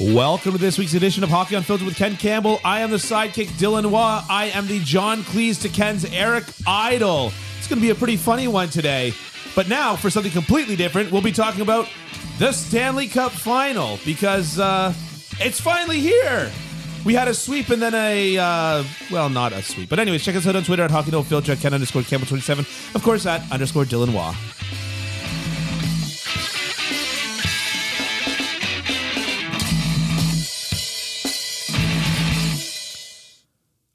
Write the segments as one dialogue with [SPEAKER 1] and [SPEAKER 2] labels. [SPEAKER 1] Welcome to this week's edition of Hockey Unfiltered with Ken Campbell. I am the sidekick Dylan Waugh. I am the John Cleese to Ken's Eric Idle. It's going to be a pretty funny one today. But now, for something completely different, we'll be talking about the Stanley Cup final because uh, it's finally here. We had a sweep and then a, uh, well, not a sweep. But, anyways, check us out on Twitter at Hockey No Filter at Ken underscore Campbell 27. Of course, at underscore Dylan Waugh.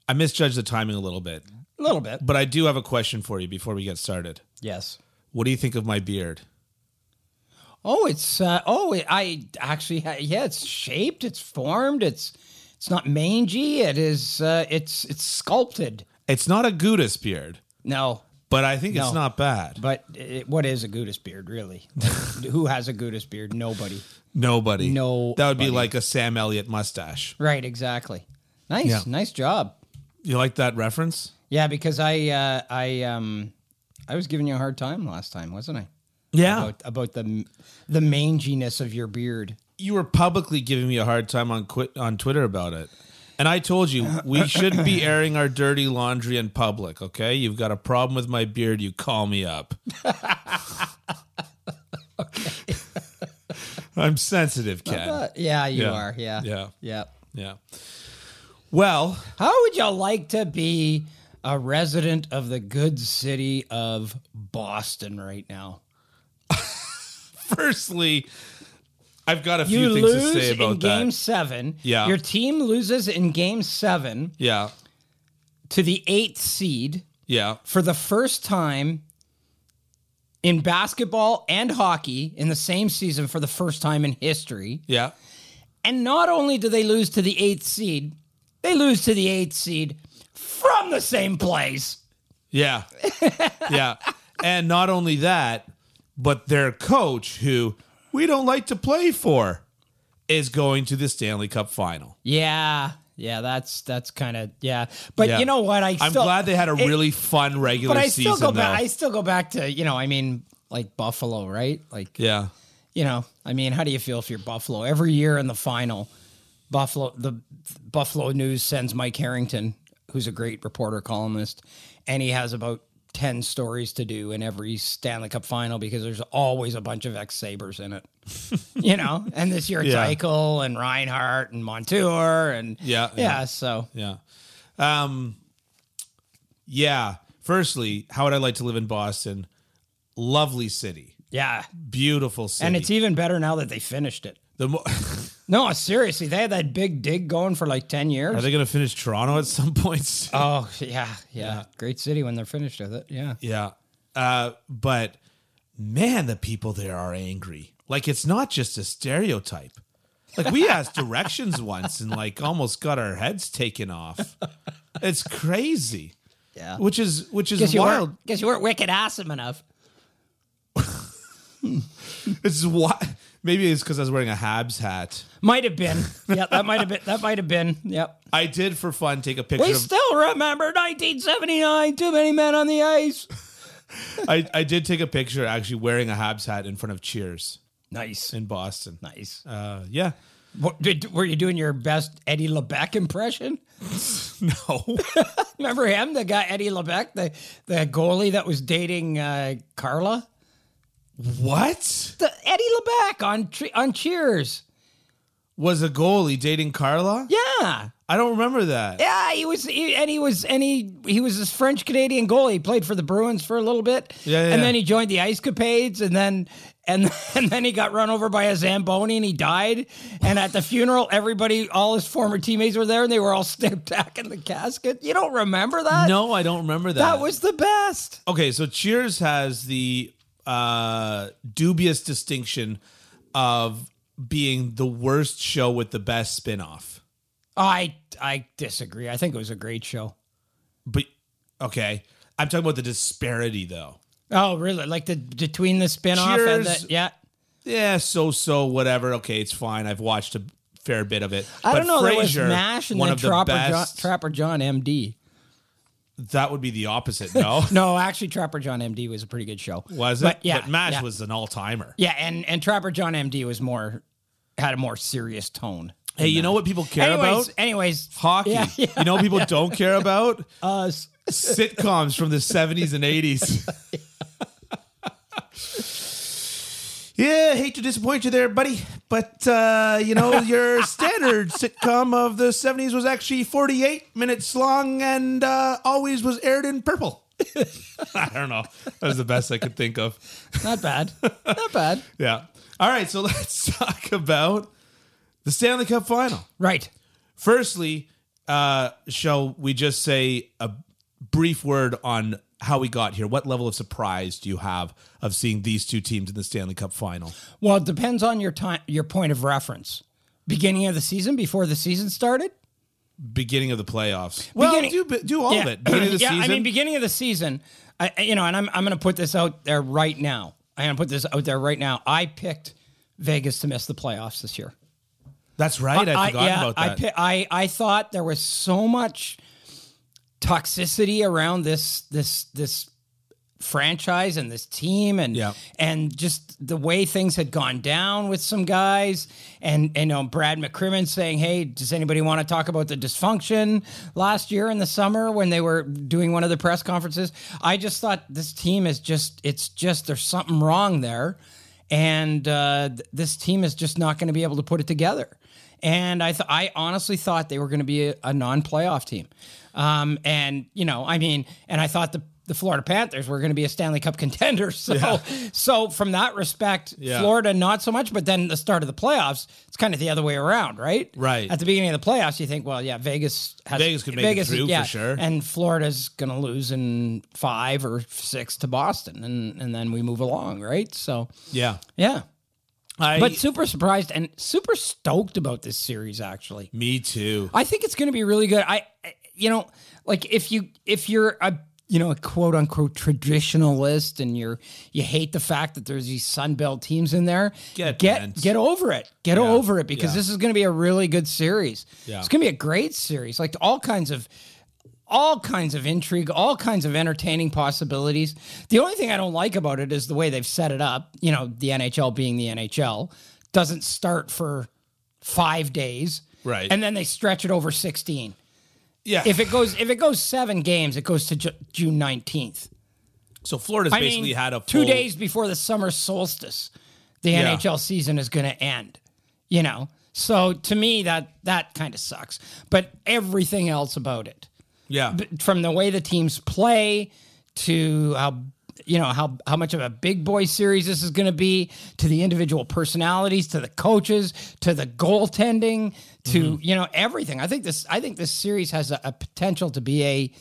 [SPEAKER 1] I misjudged the timing a little bit.
[SPEAKER 2] A little bit.
[SPEAKER 1] But I do have a question for you before we get started.
[SPEAKER 2] Yes.
[SPEAKER 1] What do you think of my beard?
[SPEAKER 2] Oh, it's uh, oh, it, I actually ha- yeah, it's shaped, it's formed, it's it's not mangy. It is uh, it's it's sculpted.
[SPEAKER 1] It's not a Gudis beard,
[SPEAKER 2] No,
[SPEAKER 1] but I think it's
[SPEAKER 2] No.
[SPEAKER 1] not bad.
[SPEAKER 2] but it, what is a Gudis beard really? Like, who has a Gudis beard? Nobody.
[SPEAKER 1] Nobody.
[SPEAKER 2] No
[SPEAKER 1] That would be
[SPEAKER 2] buddy.
[SPEAKER 1] like a Sam Elliott mustache.
[SPEAKER 2] Right. Exactly. Nice.
[SPEAKER 1] Yeah.
[SPEAKER 2] Nice job.
[SPEAKER 1] You like that reference?
[SPEAKER 2] Yeah, because I uh, I um I was giving you a hard time last time, wasn't I?
[SPEAKER 1] Yeah.
[SPEAKER 2] About, about the the manginess of your beard.
[SPEAKER 1] you were publicly giving me a hard time on quit on Twitter about it. And I told you we should be airing our dirty laundry in public, okay? You've got a problem with my beard, you call me up. I'm sensitive, Ken.
[SPEAKER 2] But Uh, yeah, you
[SPEAKER 1] Yeah.
[SPEAKER 2] are. Yeah.
[SPEAKER 1] Yeah.
[SPEAKER 2] Yeah.
[SPEAKER 1] Yeah. Well,
[SPEAKER 2] How would y'all like to be a resident of the good city of Boston right now?
[SPEAKER 1] firstly, I've got a few
[SPEAKER 2] You
[SPEAKER 1] things
[SPEAKER 2] lose
[SPEAKER 1] to say about
[SPEAKER 2] in
[SPEAKER 1] that.
[SPEAKER 2] game seven.
[SPEAKER 1] Yeah.
[SPEAKER 2] Your team loses in game seven
[SPEAKER 1] yeah.
[SPEAKER 2] to the eighth seed
[SPEAKER 1] Yeah.
[SPEAKER 2] for the first time in basketball and hockey in the same season for the first time in history.
[SPEAKER 1] Yeah.
[SPEAKER 2] And not only do they lose to the eighth seed, they lose to the eighth seed from the same place.
[SPEAKER 1] Yeah. yeah. And not only that, but their coach, who we don't like to play for, is going to the Stanley Cup final.
[SPEAKER 2] Yeah. Yeah, that's that's kind of yeah, but
[SPEAKER 1] Yeah.
[SPEAKER 2] you know what? I
[SPEAKER 1] I'm
[SPEAKER 2] still,
[SPEAKER 1] glad they had a
[SPEAKER 2] it-
[SPEAKER 1] really fun regular
[SPEAKER 2] but I
[SPEAKER 1] season,
[SPEAKER 2] still go
[SPEAKER 1] though.
[SPEAKER 2] back. I still go back to you know. I mean, like Buffalo, right? Like
[SPEAKER 1] yeah.
[SPEAKER 2] you know. I mean, how do you feel if you're Buffalo every year in the final? Buffalo, the Buffalo News sends Mike Harrington, who's a great reporter columnist, and he has about ten stories to do in every Stanley Cup final because there's always a bunch of ex Sabers in it. you know, and this year it's
[SPEAKER 1] Yeah.
[SPEAKER 2] Eichel and Reinhardt and Montour and
[SPEAKER 1] Yeah,
[SPEAKER 2] yeah.
[SPEAKER 1] yeah.
[SPEAKER 2] so
[SPEAKER 1] Yeah. Um, yeah. Firstly, how would I like to live in Boston? Lovely city,
[SPEAKER 2] yeah,
[SPEAKER 1] beautiful city.
[SPEAKER 2] and it's even better now that they finished it.
[SPEAKER 1] the mo-
[SPEAKER 2] No, seriously, they had that big dig going for like ten
[SPEAKER 1] Are
[SPEAKER 2] years.
[SPEAKER 1] they going to finish Toronto at some point?
[SPEAKER 2] oh yeah, yeah, great city when they're finished with it. Yeah,
[SPEAKER 1] Yeah. Uh, but man, the people there are angry. Like it's not just a stereotype. Like we asked directions once and like almost got our heads taken off. It's crazy.
[SPEAKER 2] Yeah.
[SPEAKER 1] Which is which is
[SPEAKER 2] guess you
[SPEAKER 1] wild.
[SPEAKER 2] weren't. Guess you weren't wicked awesome enough.
[SPEAKER 1] It's what maybe it's because I was wearing a Habs hat.
[SPEAKER 2] Might have been. Yeah, that might have been. That might have been. Yep.
[SPEAKER 1] I did for fun take a
[SPEAKER 2] We
[SPEAKER 1] picture of
[SPEAKER 2] still remember 1979. Too many men on the ice.
[SPEAKER 1] I, I did take a picture actually wearing a Habs hat in front of Cheers
[SPEAKER 2] Nice.
[SPEAKER 1] in Boston.
[SPEAKER 2] Nice.
[SPEAKER 1] Uh, yeah.
[SPEAKER 2] What, did, were you doing your best Eddie LeBeck impression?
[SPEAKER 1] No.
[SPEAKER 2] Remember him, the guy Eddie LeBeck, the the goalie that was dating uh, Carla.
[SPEAKER 1] what?
[SPEAKER 2] The Eddie LeBeck on Tre- on Cheers.
[SPEAKER 1] Was a goalie dating Carla?
[SPEAKER 2] Yeah.
[SPEAKER 1] I don't remember that.
[SPEAKER 2] Yeah, he was, he, and he was, and he he was this French Canadian goalie. He played for the Bruins for a little bit,
[SPEAKER 1] Yeah, yeah,
[SPEAKER 2] and
[SPEAKER 1] yeah.
[SPEAKER 2] then he joined the Ice Capades, and then and and then he got run over by a zamboni, and he died. And at the funeral, everybody, all his former teammates were there, and they were all stepped back in the casket. You don't remember that?
[SPEAKER 1] No, I don't remember that.
[SPEAKER 2] that was the best.
[SPEAKER 1] okay. So Cheers has the uh, dubious distinction of being the worst show with the best spinoff.
[SPEAKER 2] I I disagree. I think it was a great show.
[SPEAKER 1] But okay, I'm talking about the disparity though.
[SPEAKER 2] Oh, really? Like the between the spinoff and
[SPEAKER 1] Cheers.
[SPEAKER 2] the yeah.
[SPEAKER 1] Yeah, so so whatever. Okay, it's fine. I've watched a fair bit of it.
[SPEAKER 2] I don't know. there
[SPEAKER 1] Frasier,
[SPEAKER 2] was Nash and
[SPEAKER 1] one
[SPEAKER 2] then
[SPEAKER 1] of the
[SPEAKER 2] Trapper, John,
[SPEAKER 1] best.
[SPEAKER 2] Trapper John, MD.
[SPEAKER 1] that would be the opposite. No,
[SPEAKER 2] No, actually, Trapper John MD was a pretty good show.
[SPEAKER 1] was it?
[SPEAKER 2] But yeah,
[SPEAKER 1] but Mash
[SPEAKER 2] yeah.
[SPEAKER 1] was an all timer.
[SPEAKER 2] Yeah, and and Trapper John MD was more had a more serious tone.
[SPEAKER 1] Hey, you know what people care
[SPEAKER 2] Anyways,
[SPEAKER 1] about?
[SPEAKER 2] anyways, uh,
[SPEAKER 1] Hockey.
[SPEAKER 2] Yeah, yeah.
[SPEAKER 1] You know what people don't care about?
[SPEAKER 2] us.
[SPEAKER 1] Sitcoms from the 70s and 80s. Yeah, hate to disappoint you there, buddy, but uh, you know your standard sitcom of the '70s was actually 48 minutes long and uh, always was aired in purple. I don't know. That was the best I could think of.
[SPEAKER 2] not bad, not bad.
[SPEAKER 1] Yeah. All right, so let's talk about the Stanley Cup Final.
[SPEAKER 2] Right.
[SPEAKER 1] Firstly, uh, shall we just say a brief word on how we got here? What level of surprise do you have of seeing these two teams in the Stanley Cup Final?
[SPEAKER 2] Well, it depends on your time, your point of reference. Beginning of the season, before the season started.
[SPEAKER 1] beginning of the playoffs. Well,
[SPEAKER 2] Beginning-
[SPEAKER 1] do do all of it. Beginning of the
[SPEAKER 2] yeah,
[SPEAKER 1] season.
[SPEAKER 2] I mean, beginning of the season, I, I- you know, and I'm, I'm going to put this out there right now. I'm going to put this out there right now. I picked Vegas to miss the playoffs this year.
[SPEAKER 1] That's right. I, forgot
[SPEAKER 2] yeah,
[SPEAKER 1] about that.
[SPEAKER 2] I, pi- I I thought there was so much toxicity around this this this franchise and this team and
[SPEAKER 1] Yeah.
[SPEAKER 2] and just the way things had gone down with some guys and and um, Brad McCrimmon saying, "Hey, does anybody want to talk about the dysfunction last year in the summer when they were doing one of the press conferences?" I just thought this team is just it's just there's something wrong there and uh, th- this team is just not going to be able to put it together. And I, th- I honestly thought they were going to be a, a non-playoff team. Um, and you know, I mean, and I thought the the Florida Panthers were going to be a Stanley Cup contender. So, so from that respect,
[SPEAKER 1] Yeah.
[SPEAKER 2] Florida not so much. But then the start of the playoffs, it's kind of the other way around, right?
[SPEAKER 1] Right.
[SPEAKER 2] At the beginning of the playoffs, you think, well, yeah, Vegas has
[SPEAKER 1] Vegas could make it through for sure.
[SPEAKER 2] and Florida's going to lose in five or six to Boston, and and then we move along, right? So
[SPEAKER 1] yeah.
[SPEAKER 2] yeah.
[SPEAKER 1] I,
[SPEAKER 2] But super surprised and super stoked about this series actually.
[SPEAKER 1] me too.
[SPEAKER 2] I think it's going to be really good. I I- you know, like if you if you're a you know, a quote unquote traditionalist and you're you hate the fact that there's these Sunbelt teams in there.
[SPEAKER 1] Get
[SPEAKER 2] get,
[SPEAKER 1] bent.
[SPEAKER 2] get over it. Get over it because
[SPEAKER 1] yeah.
[SPEAKER 2] this is going to be a really good series.
[SPEAKER 1] Yeah.
[SPEAKER 2] It's going to be a great series. Like all kinds of all kinds of intrigue, all kinds of entertaining possibilities. The only thing I don't like about it is the way they've set it up. You know, the NHL being the NHL doesn't start for five days,
[SPEAKER 1] Right.
[SPEAKER 2] And then they stretch it over sixteen.
[SPEAKER 1] Yeah.
[SPEAKER 2] If it goes, if it goes seven games, it goes to Ju- June nineteenth.
[SPEAKER 1] so Florida's
[SPEAKER 2] I
[SPEAKER 1] basically
[SPEAKER 2] mean,
[SPEAKER 1] had a
[SPEAKER 2] two
[SPEAKER 1] full-
[SPEAKER 2] days before the summer solstice, the
[SPEAKER 1] Yeah.
[SPEAKER 2] NHL season is going to end. You know, so to me that that kind of sucks. But everything else about it,
[SPEAKER 1] Yeah.
[SPEAKER 2] from the way the teams play to how you know how how much of a big boy series this is going to be to the individual personalities to the coaches to the goaltending to you know everything i think this i think this series has a, a potential to be a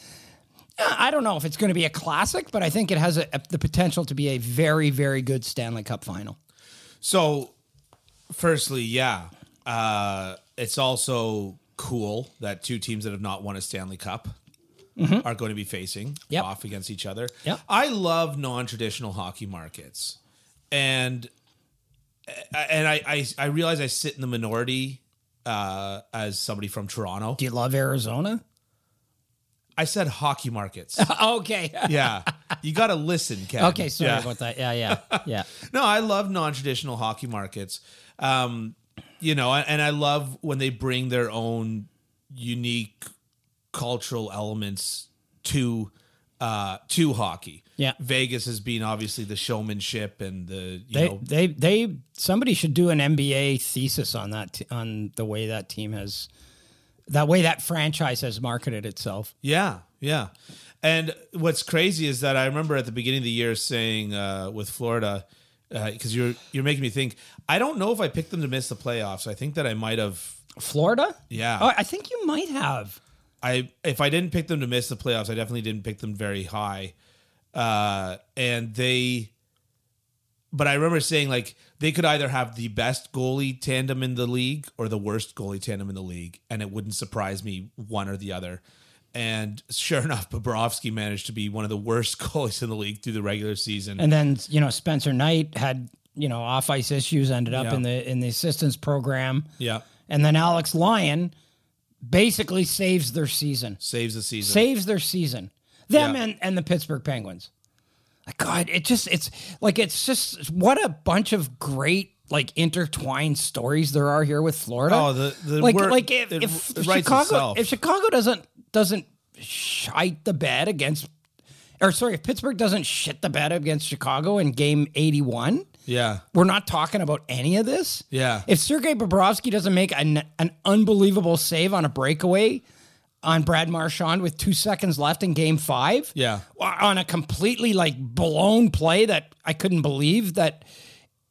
[SPEAKER 2] i don't know if it's going to be a classic but i think it has a, a- the potential to be a very very good stanley cup final
[SPEAKER 1] So, firstly, yeah, uh, it's also cool that two teams that have not won a Stanley Cup are going to be facing
[SPEAKER 2] Mm-hmm. Yep.
[SPEAKER 1] off against each other.
[SPEAKER 2] Yep.
[SPEAKER 1] I love non-traditional hockey markets, and uh, and I I, I realize I sit in the minority uh, as somebody from Toronto.
[SPEAKER 2] do you love arizona
[SPEAKER 1] I said hockey markets.
[SPEAKER 2] okay
[SPEAKER 1] yeah, you got to listen, Kevin.
[SPEAKER 2] okay sorry
[SPEAKER 1] Yeah.
[SPEAKER 2] about that yeah yeah yeah
[SPEAKER 1] No, I love non-traditional hockey markets. Um, you know, and I love when they bring their own unique cultural elements to uh to hockey.
[SPEAKER 2] Yeah.
[SPEAKER 1] Vegas has been obviously the showmanship and the you
[SPEAKER 2] They,
[SPEAKER 1] know
[SPEAKER 2] they, they. Somebody should do an MBA thesis on that, t- on the way that team has That way, that franchise has marketed itself.
[SPEAKER 1] Yeah, yeah. And what's crazy is that I remember at the beginning of the year saying uh, with Florida, because you're you're making me think. I don't know if I picked them to miss the playoffs. I think that I might have.
[SPEAKER 2] Florida?
[SPEAKER 1] Yeah.
[SPEAKER 2] Oh, I think you might have.
[SPEAKER 1] I if I didn't pick them to miss the playoffs, I definitely didn't pick them very high. Uh, and they, but I remember saying like they could either have the best goalie tandem in the league or the worst goalie tandem in the league, and it wouldn't surprise me one or the other. And sure enough, Bobrovsky managed to be one of the worst goalies in the league through the regular season.
[SPEAKER 2] And then you know Spencer Knight had you know off ice issues, ended up
[SPEAKER 1] Yeah.
[SPEAKER 2] in the in the assistance program,
[SPEAKER 1] yeah,
[SPEAKER 2] and then Alex Lyon basically saves their season.
[SPEAKER 1] saves the season.
[SPEAKER 2] saves their season. Them
[SPEAKER 1] Yeah.
[SPEAKER 2] and, and the Pittsburgh Penguins. Like, God, it just it's like it's just what a bunch of great like intertwined stories there are here with Florida.
[SPEAKER 1] Oh, the- the
[SPEAKER 2] like
[SPEAKER 1] word-
[SPEAKER 2] like if,
[SPEAKER 1] it-
[SPEAKER 2] if
[SPEAKER 1] it writes
[SPEAKER 2] Chicago
[SPEAKER 1] itself.
[SPEAKER 2] if Chicago doesn't doesn't shite the bed against or sorry if Pittsburgh doesn't shit the bed against Chicago in Game eighty one.
[SPEAKER 1] yeah,
[SPEAKER 2] We're not talking about any of this.
[SPEAKER 1] Yeah.
[SPEAKER 2] If Sergei Bobrovsky doesn't make an, an unbelievable save on a breakaway on Brad Marchand with two seconds left in game five,
[SPEAKER 1] Yeah.
[SPEAKER 2] on a completely like blown play that I couldn't believe that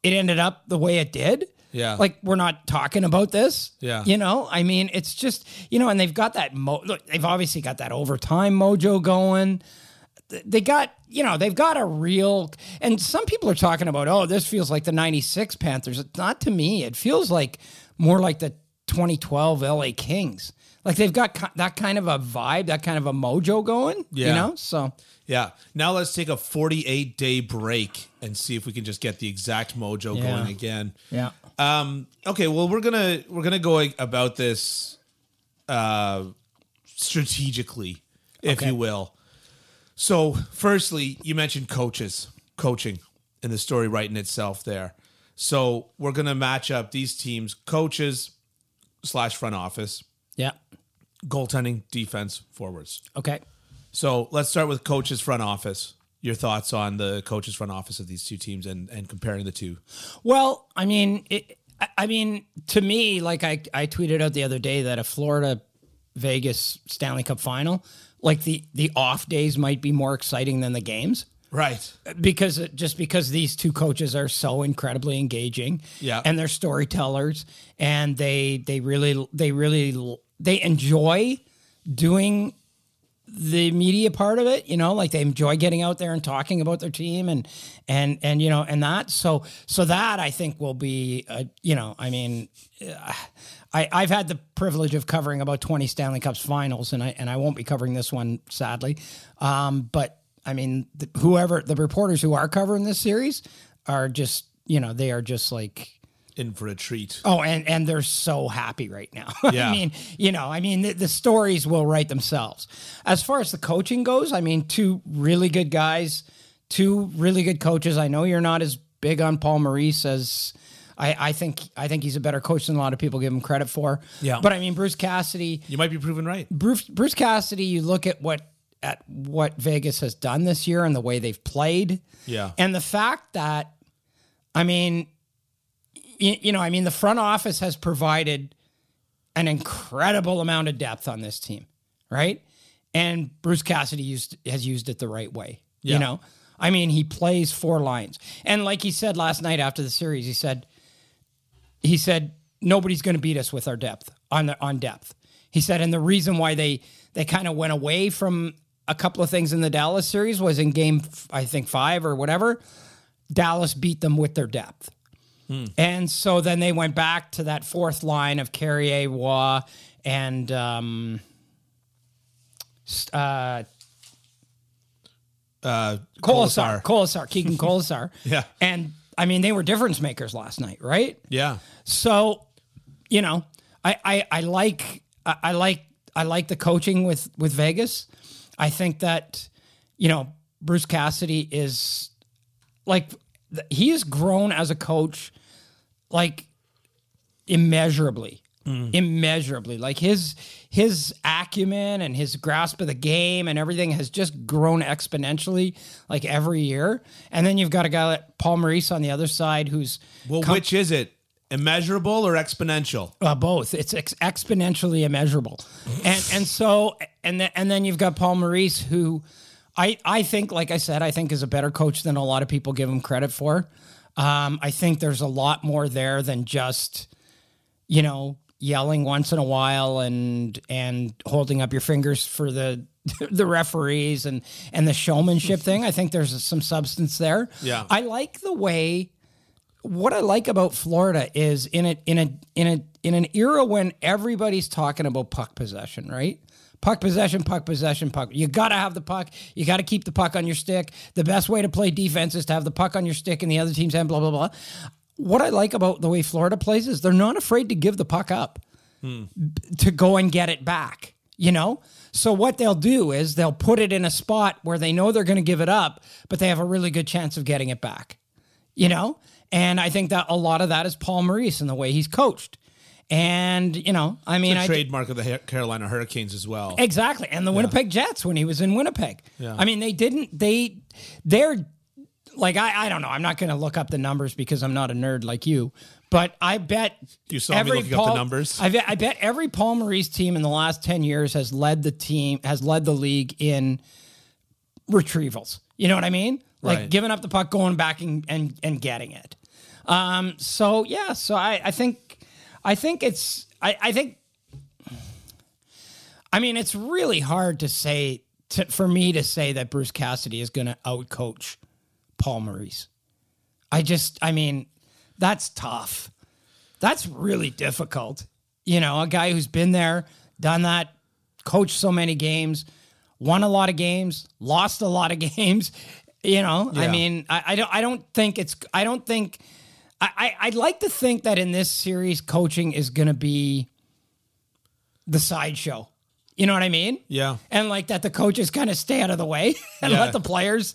[SPEAKER 2] it ended up the way it did.
[SPEAKER 1] Yeah.
[SPEAKER 2] Like, we're not talking about this.
[SPEAKER 1] Yeah.
[SPEAKER 2] You know, I mean, it's just, you know, and they've got that, mo- look, they've obviously got that overtime mojo going they got you know they've got a real and some people are talking about oh this feels like the 96 panthers It's not to me it feels like more like the 2012 la kings like they've got ki- that kind of a vibe that kind of a mojo going you
[SPEAKER 1] Yeah.
[SPEAKER 2] know so
[SPEAKER 1] yeah. Now let's take a 48 day break and see if we can just get the exact mojo
[SPEAKER 2] Yeah.
[SPEAKER 1] going again.
[SPEAKER 2] yeah
[SPEAKER 1] Um, okay, well we're gonna we're gonna go like, about this uh, strategically, if
[SPEAKER 2] Okay.
[SPEAKER 1] you will. So, firstly, you mentioned coaches, coaching, and the story right in itself there. So we're gonna match up these teams, coaches slash front office,
[SPEAKER 2] yeah
[SPEAKER 1] goaltending, defense, forwards.
[SPEAKER 2] okay
[SPEAKER 1] So let's start with coaches front office. Your thoughts on the coaches front office of these two teams and and comparing the two.
[SPEAKER 2] Well, I mean, it, I- I mean, to me, like I, I tweeted out the other day that a Florida Vegas Stanley Cup final, like the the off days might be more exciting than the games
[SPEAKER 1] Right.
[SPEAKER 2] because just because these two coaches are so incredibly engaging,
[SPEAKER 1] Yeah.
[SPEAKER 2] and they're storytellers, and they they really they really they enjoy doing the media part of it you know like they enjoy getting out there and talking about their team and and and you know and that so so that i think will be uh, you know i mean uh, i i've had the privilege of covering about 20 stanley cups finals and i and i won't be covering this one sadly um but i mean the, whoever the reporters who are covering this series are just you know they are just like
[SPEAKER 1] In for a treat.
[SPEAKER 2] Oh, and and they're so happy right now.
[SPEAKER 1] Yeah.
[SPEAKER 2] I mean, you know, I mean, the, the stories will write themselves. As far as the coaching goes, I mean, two really good guys, two really good coaches. I know you're not as big on Paul Maurice as I, I think. I think he's a better coach than a lot of people give him credit for.
[SPEAKER 1] Yeah.
[SPEAKER 2] But I mean, Bruce Cassidy,
[SPEAKER 1] You might be proven right.
[SPEAKER 2] Bruce, Bruce Cassidy, you look at what at what Vegas has done this year and the way they've played.
[SPEAKER 1] Yeah.
[SPEAKER 2] And the fact that I mean you, you know, I mean the front office has provided an incredible amount of depth on this team, right? And Bruce Cassidy used has used it the right way.
[SPEAKER 1] Yeah.
[SPEAKER 2] You know, I mean, he plays four lines, and like he said last night after the series, he said, he said nobody's going to beat us with our depth on the, on depth. He said, and the reason why they they kind of went away from a couple of things in the Dallas series was in game f- I think five or whatever, Dallas beat them with their depth.
[SPEAKER 1] Hmm.
[SPEAKER 2] And so then they went back to that fourth line of Carrier, Waugh, and um, s- uh,
[SPEAKER 1] Uh,
[SPEAKER 2] Colasar, Colasar, Keegan Colasar.
[SPEAKER 1] Yeah.
[SPEAKER 2] And I mean, they were difference makers last night, right?
[SPEAKER 1] Yeah.
[SPEAKER 2] So, you know, I I, I like I, I like I like the coaching with with Vegas. I think that you know Bruce Cassidy is like th- he has grown as a coach like immeasurably immeasurably like his his acumen and his grasp of the game and everything has just grown exponentially like every year and then you've got a guy like paul maurice on the other side who's
[SPEAKER 1] Well, which is it? Immeasurable or exponential?
[SPEAKER 2] Uh, both. It's ex- exponentially immeasurable, and and so and then and then you've got Paul Maurice, who I I think, like I said, I think is a better coach than a lot of people give him credit for. Um, I think there's a lot more there than just you know yelling once in a while and and holding up your fingers for the the referees and and the showmanship thing. I think there's some substance there.
[SPEAKER 1] Yeah.
[SPEAKER 2] I like the way what I like about Florida is in a in a in a in an era when everybody's talking about puck possession, right? Puck possession, puck possession, puck. You got to have the puck. You got to keep the puck on your stick. The best way to play defense is to have the puck on your stick and the other team's end, blah, blah, blah. What I like about the way Florida plays is they're not afraid to give the puck up to go and get it back, you know? So what they'll do is they'll put it in a spot where they know they're going to give it up, but they have a really good chance of getting it back, you know? And I think that a lot of that is Paul Maurice and the way he's coached. And, you know, I mean, I
[SPEAKER 1] Trademark of the Har- Carolina Hurricanes as well.
[SPEAKER 2] Exactly. And the Winnipeg Jets when he was in Winnipeg. I mean, they didn't they they're like I, I don't know. I'm not going to look up the numbers because I'm not a nerd like you. But I bet
[SPEAKER 1] You saw me looking up the numbers.
[SPEAKER 2] I bet, I bet every Paul Maurice team in the last ten years has led the team has led the league in retrievals. You know what I mean? Like
[SPEAKER 1] Right.
[SPEAKER 2] giving up the puck, going back and and, and getting it. Um, so yeah, so I, I think I think it's I, I think I mean it's really hard to say to, for me to say that Bruce Cassidy is going to outcoach Paul Maurice. I just I mean that's tough. That's really difficult. You know, a guy who's been there, done that, coached so many games, won a lot of games, lost a lot of games. You know, I
[SPEAKER 1] Yeah.
[SPEAKER 2] mean, I, I don't I don't think it's I don't think I, I I'd like to think that in this series coaching is gonna be the sideshow. You know what I mean?
[SPEAKER 1] Yeah.
[SPEAKER 2] And like that the coaches kind of stay out of the way and
[SPEAKER 1] Yeah.
[SPEAKER 2] let the players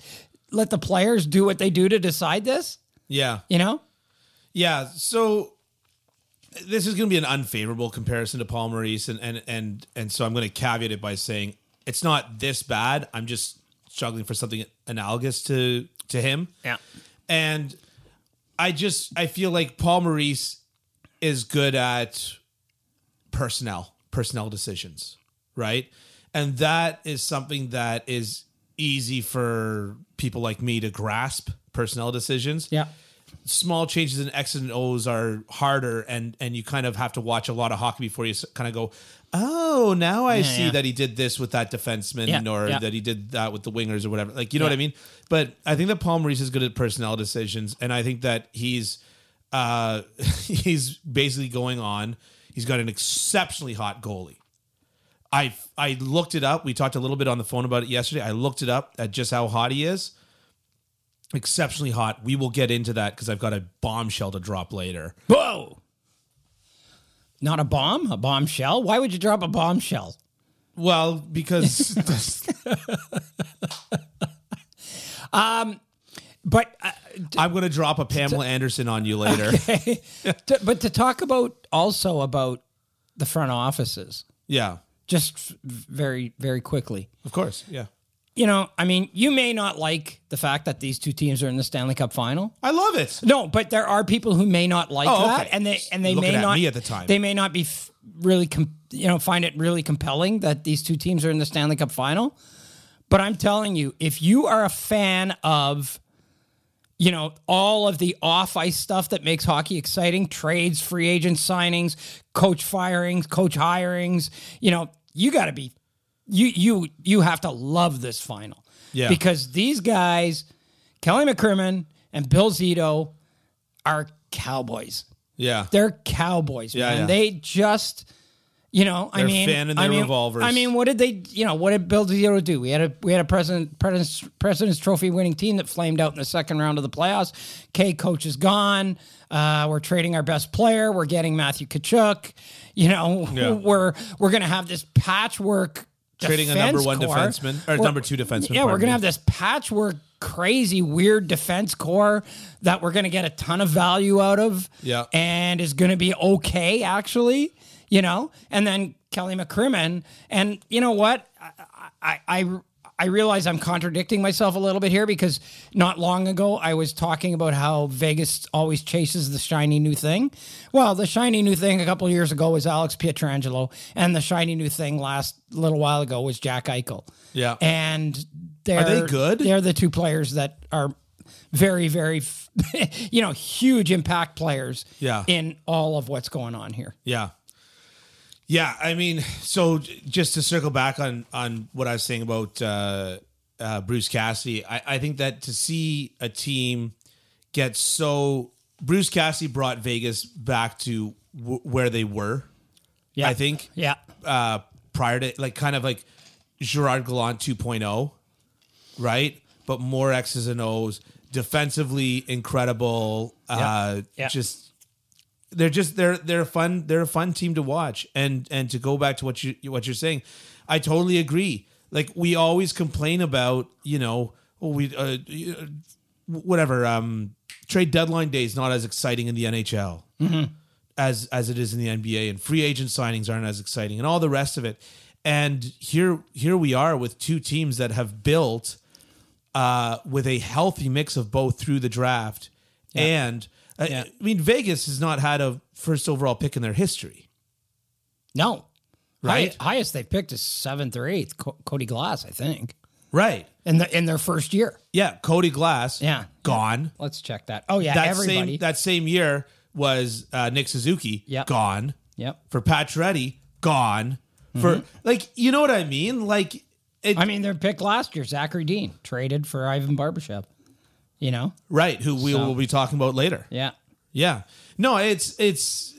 [SPEAKER 2] let the players do what they do to decide this,
[SPEAKER 1] Yeah.
[SPEAKER 2] you know?
[SPEAKER 1] Yeah. So this is going to be an unfavorable comparison to Paul Maurice, and and and and so I'm going to caveat it by saying it's not this bad. I'm just struggling for something analogous to to him.
[SPEAKER 2] Yeah.
[SPEAKER 1] And I just I feel like Paul Maurice is good at personnel, personnel decisions, right? And that is something that is easy for people like me to grasp personnel decisions
[SPEAKER 2] Yeah.
[SPEAKER 1] small changes in X and O's are harder, and and you kind of have to watch a lot of hockey before you s- kind of go, oh, now I see
[SPEAKER 2] yeah.
[SPEAKER 1] that he did this with that defenseman,
[SPEAKER 2] Yeah,
[SPEAKER 1] or
[SPEAKER 2] yeah.
[SPEAKER 1] that he did that with the wingers, or whatever. Like you know what I mean? But I think that Paul Maurice is good at personnel decisions, and I think that he's uh he's basically going on. He's got an exceptionally hot goalie. I I looked it up. We talked a little bit on the phone about it yesterday. I looked it up at just how hot he is. Exceptionally hot. We will get into that because I've got a bombshell to drop later.
[SPEAKER 2] Whoa. Not a bomb, a bombshell. Why would you drop a bombshell?
[SPEAKER 1] Well, because
[SPEAKER 2] But uh,
[SPEAKER 1] I'm going to drop a Pamela Anderson on you later.
[SPEAKER 2] to, but to talk about also about the front offices,
[SPEAKER 1] Yeah,
[SPEAKER 2] just f- very very quickly.
[SPEAKER 1] of course. Yeah,
[SPEAKER 2] You know, I mean, you may not like the fact that these two teams are in the Stanley Cup final.
[SPEAKER 1] I love it.
[SPEAKER 2] No, but there are people who may not like
[SPEAKER 1] Oh,
[SPEAKER 2] that,
[SPEAKER 1] okay.
[SPEAKER 2] and they and they
[SPEAKER 1] Looking
[SPEAKER 2] may
[SPEAKER 1] at
[SPEAKER 2] not
[SPEAKER 1] me at the time.
[SPEAKER 2] They may not be f- really, com- you know, find it really compelling that these two teams are in the Stanley Cup final. But I'm telling you, if you are a fan of, you know, all of the off ice stuff that makes hockey exciting, trades, free agent signings, coach firings, coach hirings, you know, you got to be, you you you have to love this final,
[SPEAKER 1] Yeah.
[SPEAKER 2] because these guys, Kelly McCrimmon and Bill Zito, are cowboys.
[SPEAKER 1] Yeah,
[SPEAKER 2] They're cowboys,
[SPEAKER 1] Yeah,
[SPEAKER 2] man.
[SPEAKER 1] yeah.
[SPEAKER 2] They just, you know, I
[SPEAKER 1] They're
[SPEAKER 2] mean,
[SPEAKER 1] fanning
[SPEAKER 2] I
[SPEAKER 1] their
[SPEAKER 2] mean,
[SPEAKER 1] revolvers.
[SPEAKER 2] I mean, what did they, you know, what did Bill Zito do? We had a we had a president president's, president's trophy winning team that flamed out in the second round of the playoffs. K coach is gone. Uh, we're trading our best player. We're getting Matthew Kachuk. You know,
[SPEAKER 1] Yeah.
[SPEAKER 2] we're we're gonna have this patchwork.
[SPEAKER 1] trading a number
[SPEAKER 2] defense
[SPEAKER 1] one
[SPEAKER 2] core.
[SPEAKER 1] defenseman or
[SPEAKER 2] We're-
[SPEAKER 1] number two defenseman.
[SPEAKER 2] yeah, we're
[SPEAKER 1] pardon
[SPEAKER 2] gonna
[SPEAKER 1] me.
[SPEAKER 2] have this patchwork, crazy, weird defense core that we're gonna get a ton of value out of.
[SPEAKER 1] Yeah.
[SPEAKER 2] and is gonna be okay actually, you know. And then Kelly McCrimmon, and you know what, I, I, I I realize I'm contradicting myself a little bit here because not long ago I was talking about how Vegas always chases the shiny new thing. Well, the shiny new thing a couple of years ago was Alex Pietrangelo, and the shiny new thing last little while ago was Jack Eichel.
[SPEAKER 1] Yeah.
[SPEAKER 2] and they're
[SPEAKER 1] Are they good?
[SPEAKER 2] They're the two players that are very, very, f- you know, huge impact players.
[SPEAKER 1] Yeah.
[SPEAKER 2] in all of what's going on here.
[SPEAKER 1] Yeah. Yeah, I mean, so j- just to circle back on on what I was saying about uh, uh, Bruce Cassidy, I, I think that to see a team get so Bruce Cassidy brought Vegas back to w- where they were.
[SPEAKER 2] Yeah.
[SPEAKER 1] I think
[SPEAKER 2] Yeah,
[SPEAKER 1] uh, prior to like kind of like Gerard Gallant 2.0, right? But more X's and O's, defensively incredible. Uh,
[SPEAKER 2] Yeah.
[SPEAKER 1] Just they're just they're they're a fun they're a fun team to watch and and to go back to what you what you're saying, I totally agree. Like we always complain about you know oh, we uh, you know, whatever um trade deadline day is not as exciting in the NHL as as it is in the NBA, and free agent signings aren't as exciting, and all the rest of it. And here here we are with two teams that have built uh, with a healthy mix of both through the draft and I-
[SPEAKER 2] Yeah.
[SPEAKER 1] I mean Vegas has not had a first overall pick in their history.
[SPEAKER 2] no,
[SPEAKER 1] Right?
[SPEAKER 2] Hi- highest they picked is seventh or eighth, Co- Cody Glass, I think,
[SPEAKER 1] Right.
[SPEAKER 2] in the in their first year.
[SPEAKER 1] Yeah, Cody Glass.
[SPEAKER 2] Yeah.
[SPEAKER 1] Gone.
[SPEAKER 2] Let's check that. Oh yeah,
[SPEAKER 1] That
[SPEAKER 2] everybody.
[SPEAKER 1] same that same year was uh, Nick Suzuki.
[SPEAKER 2] Yep.
[SPEAKER 1] Gone.
[SPEAKER 2] yep.
[SPEAKER 1] For Pacioretty. Gone. For
[SPEAKER 2] Mm-hmm.
[SPEAKER 1] like you know what I mean? Like it,
[SPEAKER 2] I mean, their pick last year, Zachary Dean traded for Ivan Barbashev. You know.
[SPEAKER 1] right? Who we will be talking about later.
[SPEAKER 2] Yeah.
[SPEAKER 1] Yeah. No, it's it's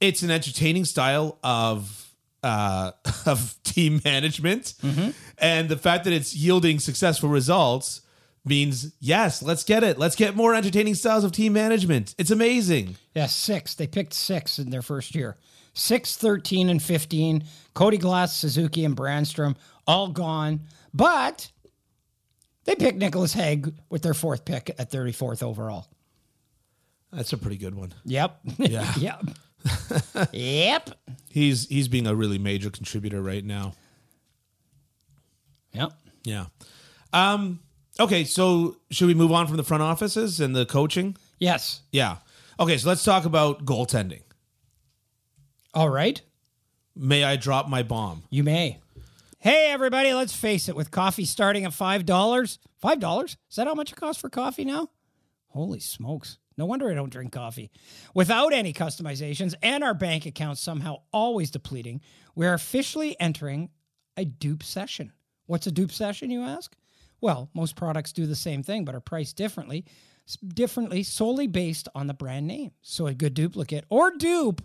[SPEAKER 1] it's an entertaining style of uh of team management. And the fact that it's yielding successful results means yes, let's get it. Let's get more entertaining styles of team management. It's amazing.
[SPEAKER 2] Yeah, six. They picked six in their first year. Six, 13, and 15. Cody Glass, Suzuki, and Brandstrom all gone. But they picked Nicholas Haig with their fourth pick at 34th overall.
[SPEAKER 1] That's a pretty good one.
[SPEAKER 2] Yep. Yeah. yep. yep.
[SPEAKER 1] He's he's being a really major contributor right now.
[SPEAKER 2] Yep.
[SPEAKER 1] Yeah. Um okay, so should we move on from the front offices and the coaching?
[SPEAKER 2] Yes.
[SPEAKER 1] Yeah. Okay, so let's talk about goaltending.
[SPEAKER 2] All right.
[SPEAKER 1] May I drop my bomb?
[SPEAKER 2] You may. Hey, everybody, let's face it. With coffee starting at $5, $5? Is that how much it costs for coffee now? Holy smokes. No wonder I don't drink coffee. Without any customizations and our bank account somehow always depleting, we're officially entering a dupe session. What's a dupe session, you ask? Well, most products do the same thing but are priced differently, s- differently solely based on the brand name. So a good duplicate or dupe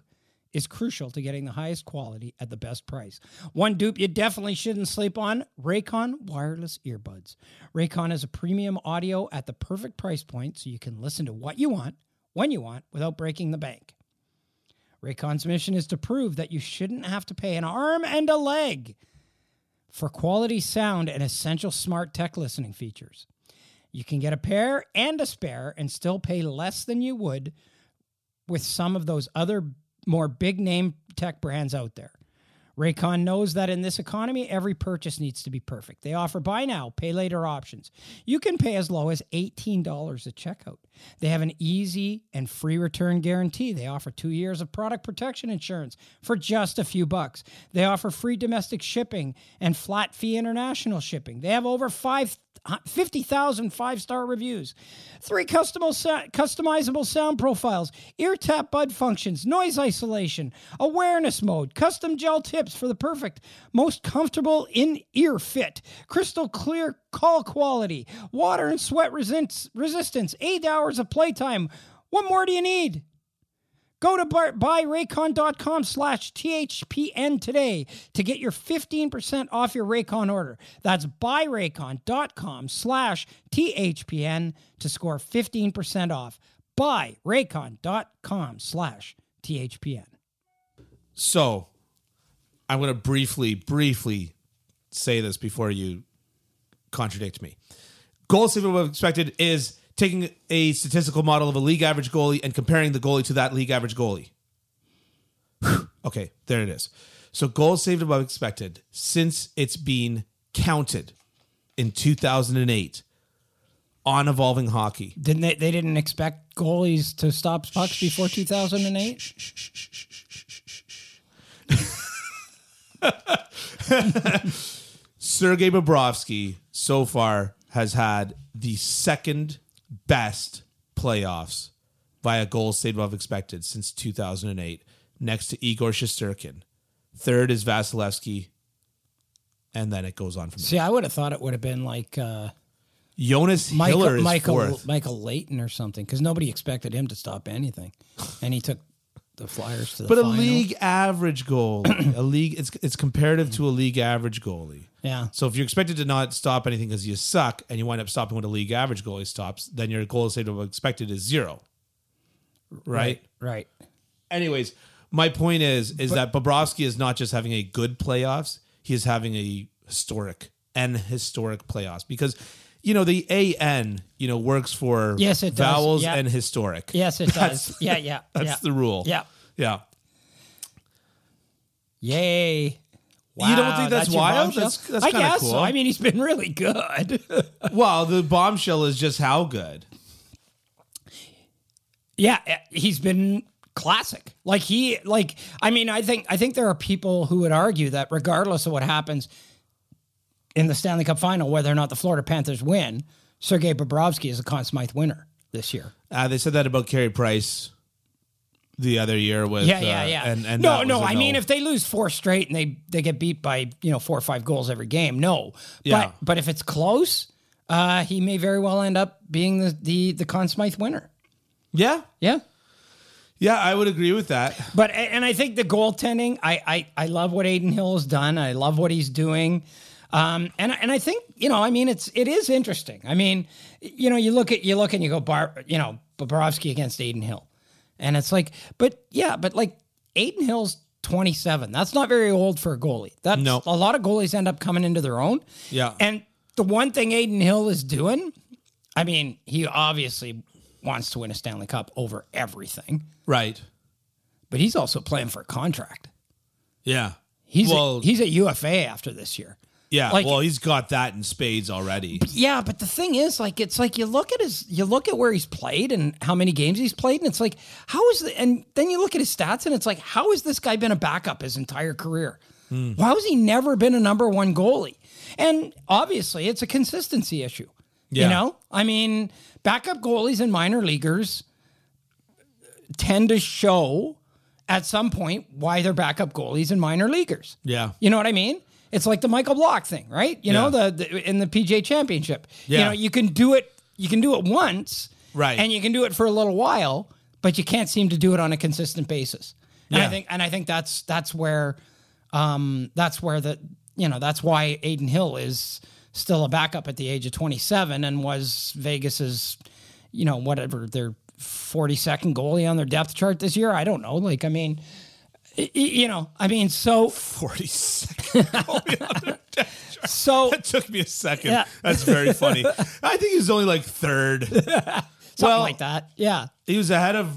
[SPEAKER 2] is crucial to getting the highest quality at the best price. One dupe you definitely shouldn't sleep on Raycon wireless earbuds. Raycon is a premium audio at the perfect price point so you can listen to what you want, when you want, without breaking the bank. Raycon's mission is to prove that you shouldn't have to pay an arm and a leg for quality sound and essential smart tech listening features. You can get a pair and a spare and still pay less than you would with some of those other more big name tech brands out there. Raycon knows that in this economy, every purchase needs to be perfect. They offer buy now, pay later options. You can pay as low as $18 at checkout. They have an easy and free return guarantee. They offer two years of product protection insurance for just a few bucks. They offer free domestic shipping and flat fee international shipping. They have over five. 50,000 five star reviews, three custom- sa- customizable sound profiles, ear tap bud functions, noise isolation, awareness mode, custom gel tips for the perfect, most comfortable in ear fit, crystal clear call quality, water and sweat resins- resistance, eight hours of playtime. What more do you need? Go to bar- buyraycon.com slash THPN today to get your 15% off your Raycon order. That's buyraycon.com slash THPN to score 15% off. Buyraycon.com slash THPN.
[SPEAKER 1] So I'm going to briefly, briefly say this before you contradict me. Goal saving above expected is taking a statistical model of a league average goalie and comparing the goalie to that league average goalie. Whew. Okay, there it is. So goals saved above expected since it's been counted in 2008 on evolving hockey.
[SPEAKER 2] Didn't they? They didn't expect goalies to stop pucks before 2008.
[SPEAKER 1] Sergei Bobrovsky so far has had the second best playoffs via goals saved above expected since 2008, next to Igor Shesterkin. Third is Vasilevsky, and then it goes on from there.
[SPEAKER 2] See, I would have thought it would have been like uh,
[SPEAKER 1] Jonas
[SPEAKER 2] Michael
[SPEAKER 1] Hiller is
[SPEAKER 2] Michael
[SPEAKER 1] fourth.
[SPEAKER 2] Michael Leighton or something because nobody expected him to stop anything, and he took the Flyers to the
[SPEAKER 1] But a
[SPEAKER 2] final.
[SPEAKER 1] league average goalie, a league it's it's comparative to a league average goalie.
[SPEAKER 2] Yeah.
[SPEAKER 1] So if you're expected to not stop anything because you suck, and you wind up stopping when a league average goalie stops, then your goal saved above expected is zero. Right.
[SPEAKER 2] Right.
[SPEAKER 1] Anyways, my point is is that Bobrovsky is not just having a good playoffs; he is having a historic and historic playoffs because. You know the AN, you know, works for
[SPEAKER 2] Yes, it does.
[SPEAKER 1] vowels
[SPEAKER 2] Yeah.
[SPEAKER 1] and historic.
[SPEAKER 2] Yes, it
[SPEAKER 1] That's-
[SPEAKER 2] does. Yeah, yeah.
[SPEAKER 1] that's
[SPEAKER 2] yeah.
[SPEAKER 1] the rule.
[SPEAKER 2] Yeah.
[SPEAKER 1] yeah.
[SPEAKER 2] Yay.
[SPEAKER 1] You don't
[SPEAKER 2] Wow,
[SPEAKER 1] think that's
[SPEAKER 2] your
[SPEAKER 1] wild?
[SPEAKER 2] bombshell?
[SPEAKER 1] That's- that's
[SPEAKER 2] I
[SPEAKER 1] kinda
[SPEAKER 2] guess so.
[SPEAKER 1] cool.
[SPEAKER 2] I mean, he's been really good.
[SPEAKER 1] Well, the bombshell is just how good.
[SPEAKER 2] yeah, eh, he's been classic. Like he like I mean, I think I think there are people who would argue that regardless of what happens in the Stanley Cup final whether or not the Florida Panthers win, Sergei Bobrovsky is a Conn Smythe winner this year.
[SPEAKER 1] Uh, they said that about Carey Price the other year with
[SPEAKER 2] Yeah, yeah,
[SPEAKER 1] uh,
[SPEAKER 2] yeah.
[SPEAKER 1] And, and that
[SPEAKER 2] no,
[SPEAKER 1] was
[SPEAKER 2] no.
[SPEAKER 1] a
[SPEAKER 2] I mean, if they lose four straight and they they get beat by you know four or five goals every game, no.
[SPEAKER 1] Yeah.
[SPEAKER 2] But but if it's close, uh, he may very well end up being the the the Conn Smythe winner.
[SPEAKER 1] yeah,
[SPEAKER 2] Yeah.
[SPEAKER 1] yeah, I would agree with that.
[SPEAKER 2] But and I think the goaltending, I I, I love what Aiden Hill has done. I love what he's doing. Um, and and I think you know, I mean, it's it is interesting. I mean, you know, you look at you look and you go, Bar, you know, Bobrovsky against Aiden Hill, and it's like, but yeah, but like Aiden Hill's twenty seven. That's not very old for a goalie. That's
[SPEAKER 1] No.
[SPEAKER 2] a lot of goalies end up coming into their own.
[SPEAKER 1] Yeah.
[SPEAKER 2] And the one thing Aiden Hill is doing, I mean, he obviously wants to win a Stanley Cup over everything
[SPEAKER 1] Right.
[SPEAKER 2] but he's also playing for a contract.
[SPEAKER 1] Yeah.
[SPEAKER 2] He's
[SPEAKER 1] well,
[SPEAKER 2] a, he's a UFA after this year.
[SPEAKER 1] yeah.
[SPEAKER 2] like-
[SPEAKER 1] well, he's got that in spades already.
[SPEAKER 2] Yeah, but the thing is, like, it's like you look at his, you look at where he's played and how many games he's played, and it's like, how is the, and then you look at his stats, and it's like, how has this guy been a backup his entire career? Why has he never been a number one goalie? And obviously, it's a consistency issue.
[SPEAKER 1] Yeah.
[SPEAKER 2] You know, I mean, backup goalies and minor leaguers tend to show at some point why they're backup goalies and minor leaguers.
[SPEAKER 1] Yeah.
[SPEAKER 2] You know what I mean? It's like the Michael Block thing, right? You know,
[SPEAKER 1] Yeah.
[SPEAKER 2] the, the in the PJ Championship.
[SPEAKER 1] Yeah.
[SPEAKER 2] You know, you can do it you can do it once,
[SPEAKER 1] Right.
[SPEAKER 2] And you can do it for a little while, but you can't seem to do it on a consistent basis. And
[SPEAKER 1] Yeah.
[SPEAKER 2] I think and I think that's that's where um that's where the you know, that's why Aiden Hill is still a backup at the age of 27 and was Vegas's you know, whatever their 42nd goalie on their depth chart this year. I don't know. Like, I mean, y- y- you know, I mean, so,
[SPEAKER 1] Forty second.
[SPEAKER 2] so
[SPEAKER 1] Took me a second.
[SPEAKER 2] Yeah.
[SPEAKER 1] That's very funny. I think he's only like third.
[SPEAKER 2] something
[SPEAKER 1] Well-
[SPEAKER 2] like that. Yeah.
[SPEAKER 1] He was ahead of.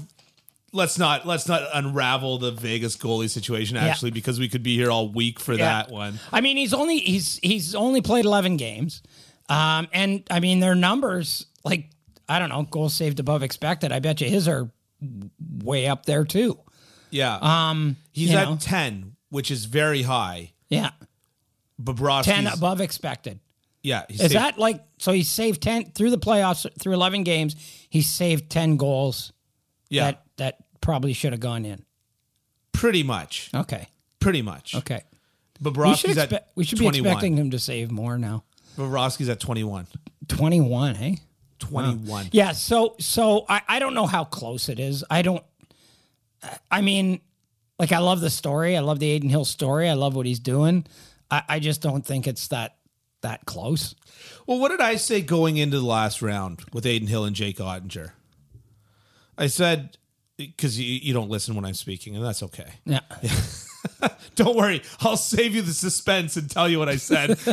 [SPEAKER 1] Let's not let's not unravel the Vegas goalie situation actually because we could be here all week for
[SPEAKER 2] Yeah.
[SPEAKER 1] that one.
[SPEAKER 2] I mean, he's only he's he's only played eleven games, um, and I mean their numbers like I don't know goals saved above expected. I bet you his are way up there too.
[SPEAKER 1] Yeah. Um he's
[SPEAKER 2] you
[SPEAKER 1] at
[SPEAKER 2] know.
[SPEAKER 1] 10, which is very high.
[SPEAKER 2] Yeah,
[SPEAKER 1] Bobrovsky's
[SPEAKER 2] ten above expected.
[SPEAKER 1] Yeah, he's
[SPEAKER 2] Is
[SPEAKER 1] saved-
[SPEAKER 2] that like so? He saved ten through the playoffs through eleven games. He saved ten goals
[SPEAKER 1] yeah,
[SPEAKER 2] that that probably should have gone in.
[SPEAKER 1] pretty much,
[SPEAKER 2] Okay,
[SPEAKER 1] pretty much.
[SPEAKER 2] okay. We should
[SPEAKER 1] Bobrovsky's at
[SPEAKER 2] expect we should be
[SPEAKER 1] 21.
[SPEAKER 2] expecting him to save more now.
[SPEAKER 1] Bobrovsky's at 21.
[SPEAKER 2] Twenty one, eh?
[SPEAKER 1] 21.
[SPEAKER 2] Yeah, so so I, I don't know how close it is. I don't I mean, like I love the story. I love the Aiden Hill story. I love what he's doing. I, I just don't think it's that that close.
[SPEAKER 1] Well, what did I say going into the last round with Aiden Hill and Jake Ottinger? I said because you, you don't listen when I'm speaking, and that's okay.
[SPEAKER 2] Yeah.
[SPEAKER 1] Don't worry, I'll save you the suspense and tell you what I said.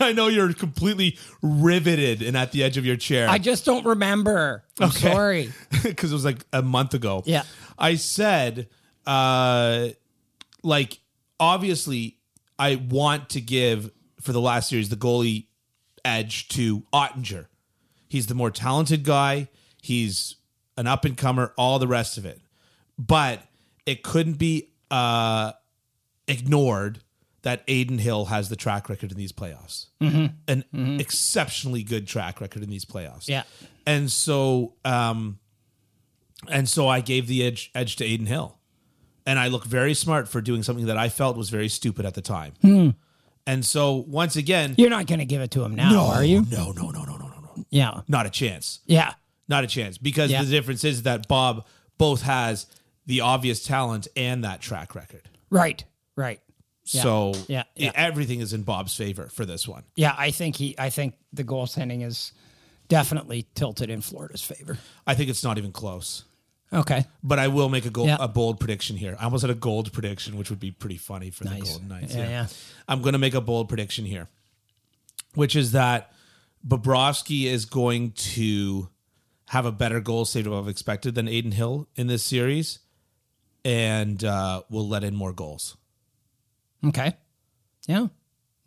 [SPEAKER 1] I know you're completely riveted and at the edge of your chair.
[SPEAKER 2] I just don't remember. I'm sorry.
[SPEAKER 1] because it was like a month ago.
[SPEAKER 2] Yeah.
[SPEAKER 1] I said, uh, like, obviously, I want to give for the last series, the goalie edge to Ottinger. He's the more talented guy. He's an up and comer, all the rest of it. But it couldn't be uh, ignored that Aiden Hill has the track record in these playoffs,
[SPEAKER 2] Mm-hmm.
[SPEAKER 1] an exceptionally good track record in these playoffs.
[SPEAKER 2] Yeah.
[SPEAKER 1] and so um, and so I gave the edge edge to Aiden Hill, and I look very smart for doing something that I felt was very stupid at the time.
[SPEAKER 2] Hmm.
[SPEAKER 1] And so once again,
[SPEAKER 2] You're not going to give it to him now, are you?
[SPEAKER 1] No, no, no, no, no, no, no.
[SPEAKER 2] Yeah.
[SPEAKER 1] Not a chance.
[SPEAKER 2] Yeah.
[SPEAKER 1] Not a chance. Because
[SPEAKER 2] Yeah.
[SPEAKER 1] the difference is that Bob both has the obvious talent and that track record.
[SPEAKER 2] Right. Right. Yeah.
[SPEAKER 1] So e,
[SPEAKER 2] Yeah, yeah.
[SPEAKER 1] everything is in Bob's favor for this one.
[SPEAKER 2] Yeah, I think he I think the goaltending is definitely tilted in Florida's favor.
[SPEAKER 1] I think it's not even close.
[SPEAKER 2] Okay.
[SPEAKER 1] But I will make a gold,
[SPEAKER 2] Yeah.
[SPEAKER 1] a bold prediction here. I almost had a gold prediction, which would be pretty funny for the Golden Knights.
[SPEAKER 2] Yeah, yeah.
[SPEAKER 1] I'm going to make a bold prediction here, which is that Bobrovsky is going to have a better goal saved above expected than Aiden Hill in this series, and uh, will let in more goals.
[SPEAKER 2] Okay. Yeah.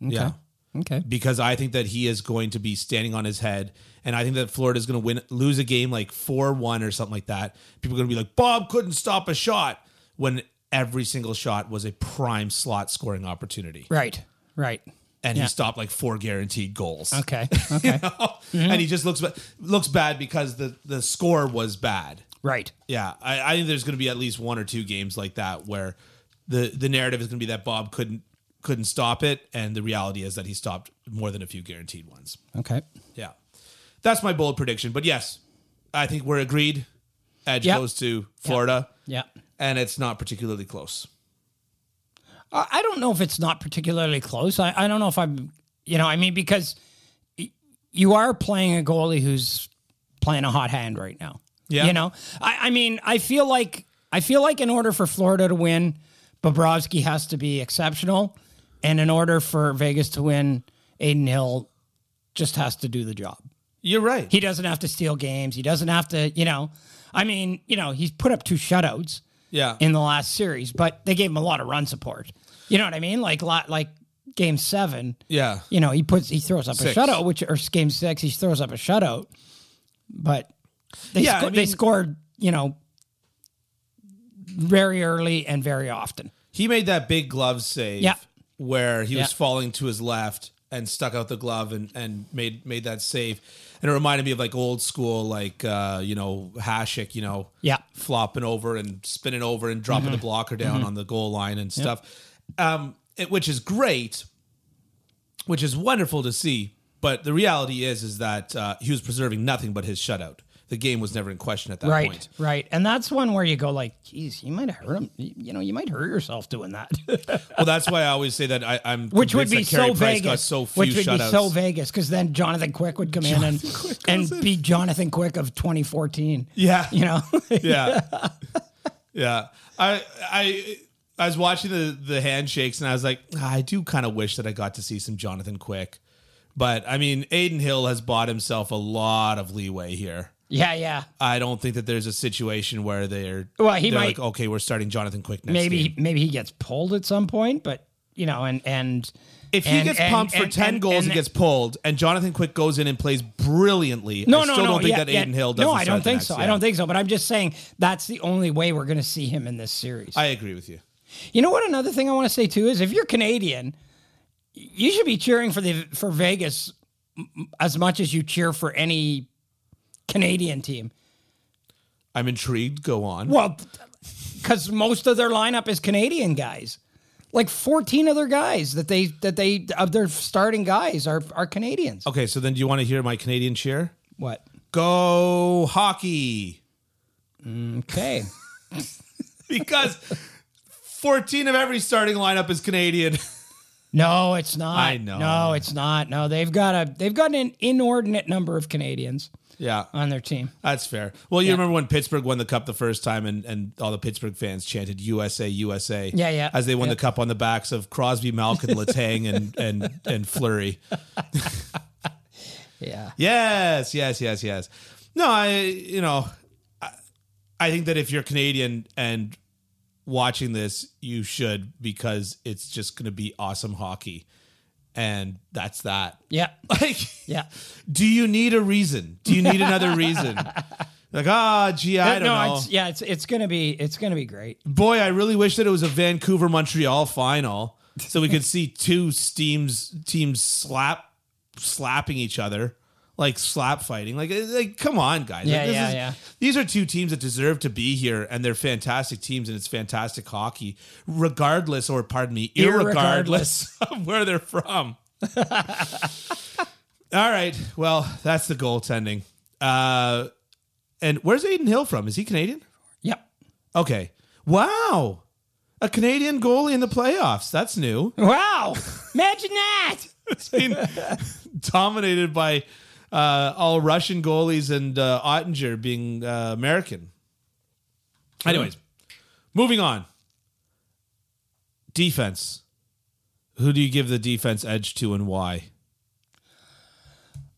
[SPEAKER 2] Okay.
[SPEAKER 1] Yeah.
[SPEAKER 2] Okay.
[SPEAKER 1] because I think that he is going to be standing on his head, and I think that Florida is going to win, lose a game like four one or something like that. People are going to be like, Bob couldn't stop a shot when every single shot was a prime slot scoring opportunity,
[SPEAKER 2] Right. Right.
[SPEAKER 1] and
[SPEAKER 2] Yeah.
[SPEAKER 1] he stopped like four guaranteed goals.
[SPEAKER 2] Okay. Mm-hmm. Okay.
[SPEAKER 1] and he just looks ba- looks bad because the the score was bad.
[SPEAKER 2] Right.
[SPEAKER 1] Yeah, I, I think there's going to be at least one or two games like that where the the narrative is going to be that Bob couldn't couldn't stop it, and the reality is that he stopped more than a few guaranteed ones.
[SPEAKER 2] Okay.
[SPEAKER 1] Yeah. That's my bold prediction. But yes, I think we're agreed. Edge
[SPEAKER 2] Yeah.
[SPEAKER 1] goes to Florida.
[SPEAKER 2] Yeah.
[SPEAKER 1] And it's not particularly close.
[SPEAKER 2] I I don't know if it's not particularly close. I, I don't know if I'm, you know, I mean, because y- you are playing a goalie who's playing a hot hand right now.
[SPEAKER 1] Yeah.
[SPEAKER 2] You know, I, I mean, I feel like, I feel like in order for Florida to win, Bobrovsky has to be exceptional. And in order for Vegas to win, Aiden Hill just has to do the job.
[SPEAKER 1] You're right.
[SPEAKER 2] He doesn't have to steal games. He doesn't have to, you know, I mean, you know, he's put up two shutouts
[SPEAKER 1] yeah.
[SPEAKER 2] in the last series, but they gave him a lot of run support. You know what I mean? Like lot like game seven,
[SPEAKER 1] yeah.
[SPEAKER 2] you know, he puts he throws up
[SPEAKER 1] Six.
[SPEAKER 2] a shutout, which or game six, he throws up a shutout. But they
[SPEAKER 1] Yeah,
[SPEAKER 2] sco-
[SPEAKER 1] I
[SPEAKER 2] they
[SPEAKER 1] mean-
[SPEAKER 2] scored, you know, very early and very often.
[SPEAKER 1] He made that big glove save
[SPEAKER 2] Yeah.
[SPEAKER 1] where he was
[SPEAKER 2] Yeah.
[SPEAKER 1] falling to his left and stuck out the glove and, and made made that save. And it reminded me of like old school, like uh, you know, Hashik, you know,
[SPEAKER 2] Yeah. Mm-hmm.
[SPEAKER 1] flopping over and spinning over and dropping the blocker down on the goal line and stuff. Um, it, which is great, which is wonderful to see. But the reality is, is that uh, he was preserving nothing but his shutout. The game was never in question at that
[SPEAKER 2] Right,
[SPEAKER 1] point.
[SPEAKER 2] right. And that's one where you go like, geez, you might have hurt him. You you know, you might hurt yourself doing that.
[SPEAKER 1] Well, that's why I always say that I, I'm
[SPEAKER 2] which would
[SPEAKER 1] convinced
[SPEAKER 2] be
[SPEAKER 1] that Carey
[SPEAKER 2] so
[SPEAKER 1] Price
[SPEAKER 2] Vegas.
[SPEAKER 1] Got so few
[SPEAKER 2] which would
[SPEAKER 1] shutouts.
[SPEAKER 2] be so Vegas because then Jonathan Quick would come in and, and be Jonathan Quick of 2014.
[SPEAKER 1] Yeah.
[SPEAKER 2] You know?
[SPEAKER 1] Yeah. yeah. I I I was watching the the handshakes and I was like, "Ah, I do kind of wish that I got to see some Jonathan Quick. But I mean, Aiden Hill has bought himself a lot of leeway here.
[SPEAKER 2] yeah, yeah.
[SPEAKER 1] I don't think that there's a situation where they're
[SPEAKER 2] Well, he
[SPEAKER 1] they're like,
[SPEAKER 2] might-
[SPEAKER 1] okay, we're starting Jonathan Quick next
[SPEAKER 2] Maybe
[SPEAKER 1] game."
[SPEAKER 2] maybe he gets pulled at some point, but you know, and and
[SPEAKER 1] If he
[SPEAKER 2] and-
[SPEAKER 1] gets
[SPEAKER 2] and-
[SPEAKER 1] pumped for
[SPEAKER 2] and-
[SPEAKER 1] 10
[SPEAKER 2] and-
[SPEAKER 1] goals
[SPEAKER 2] and-
[SPEAKER 1] and, gets pulled, and Jonathan Quick goes in and plays brilliantly,
[SPEAKER 2] no,
[SPEAKER 1] I
[SPEAKER 2] no,
[SPEAKER 1] still
[SPEAKER 2] no.
[SPEAKER 1] don't think
[SPEAKER 2] yeah,
[SPEAKER 1] that
[SPEAKER 2] yeah.
[SPEAKER 1] Aiden Hill doesn't
[SPEAKER 2] No, I
[SPEAKER 1] start
[SPEAKER 2] don't
[SPEAKER 1] the
[SPEAKER 2] think
[SPEAKER 1] next,
[SPEAKER 2] so.
[SPEAKER 1] yeah.
[SPEAKER 2] I don't think so. But I'm just saying that's the only way we're going to see him in this series.
[SPEAKER 1] I agree with you.
[SPEAKER 2] You know what? Another thing I want to say too is if you're Canadian, you should be cheering for the for Vegas m- as much as you cheer for any Canadian team.
[SPEAKER 1] I'm intrigued. Go on.
[SPEAKER 2] Well, because most of their lineup is Canadian guys. Like 14 of their guys that they that they of their starting guys are are Canadians.
[SPEAKER 1] Okay, so then do you want to hear my Canadian cheer?
[SPEAKER 2] What?
[SPEAKER 1] Go hockey.
[SPEAKER 2] Okay.
[SPEAKER 1] Because 14 of every starting lineup is Canadian.
[SPEAKER 2] No, it's not.
[SPEAKER 1] I know.
[SPEAKER 2] No, it's not. No, they've got a they've got an inordinate number of Canadians
[SPEAKER 1] yeah,
[SPEAKER 2] on their team.
[SPEAKER 1] that's fair. Well, you remember when Pittsburgh won the cup the first time and, and all the Pittsburgh fans chanted USA, USA.
[SPEAKER 2] Yeah, yeah.
[SPEAKER 1] As they won the cup on the backs of Crosby, Malkin, Latang, and, and, and Fleury.
[SPEAKER 2] Yeah.
[SPEAKER 1] Yes, yes, yes, yes. No, I, you know, I, I think that if you're Canadian and watching this, you should because it's just going to be awesome hockey. and that's that.
[SPEAKER 2] Yeah.
[SPEAKER 1] Like,
[SPEAKER 2] Yeah.
[SPEAKER 1] do you need a reason? Do you need another reason? Like, ah, gee, I don't know.
[SPEAKER 2] It's, yeah, it's it's gonna be it's gonna be great.
[SPEAKER 1] Boy, I really wish that it was a Vancouver Montreal final so we could see two teams teams slap slapping each other. Like slap fighting, like uh, like come on, guys!
[SPEAKER 2] Yeah,
[SPEAKER 1] Like, this
[SPEAKER 2] yeah,
[SPEAKER 1] is-
[SPEAKER 2] yeah.
[SPEAKER 1] These are two teams that deserve to be here, and they're fantastic teams, and it's fantastic hockey, regardless or pardon me, irregardless of where they're from. All right, well, that's the goaltending. Uh, and where's Aiden Hill from? Is he Canadian?
[SPEAKER 2] Yep.
[SPEAKER 1] Okay. Wow. A Canadian goalie in the playoffs. That's new.
[SPEAKER 2] Wow. Imagine that.
[SPEAKER 1] It's been dominated by uh, all Russian goalies and uh, Ottinger being uh, American. Anyways, moving on. Defense. Who do you give the defense edge to and why?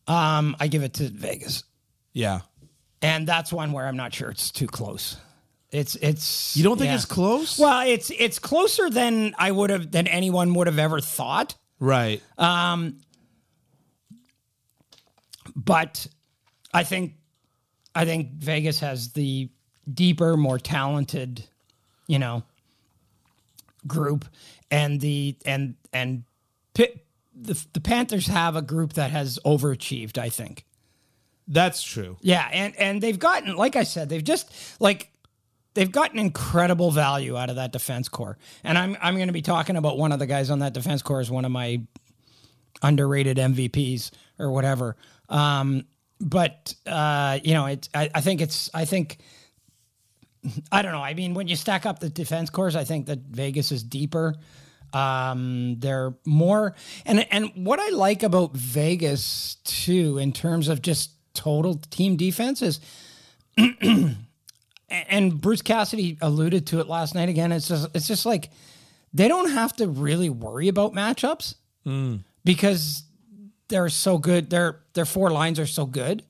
[SPEAKER 2] Um, I give it to Vegas.
[SPEAKER 1] Yeah.
[SPEAKER 2] And that's one where I'm not sure it's too close. It's it's
[SPEAKER 1] You don't think
[SPEAKER 2] yeah.
[SPEAKER 1] it's close?
[SPEAKER 2] Well, it's it's closer than I would have than anyone would have ever thought.
[SPEAKER 1] right.
[SPEAKER 2] but I think I think Vegas has the deeper, more talented, you know, group, and the and and Pi the the Panthers have a group that has overachieved. I think.
[SPEAKER 1] That's true.
[SPEAKER 2] Yeah, and and they've gotten, like I said, they've just like they've gotten incredible value out of that defense core. And I'm I'm going to be talking about one of the guys on that defense core as one of my underrated MVPs or whatever. Um, but uh, you know, it I, I think it's I think. I don't know. I mean, when you stack up the defense cores, I think that Vegas is deeper. Um, they're more, and and what I like about Vegas too, in terms of just total team defense, is, and Bruce Cassidy alluded to it last night again. It's just it's just like they don't have to really worry about matchups because they're so good. Their their four lines are so good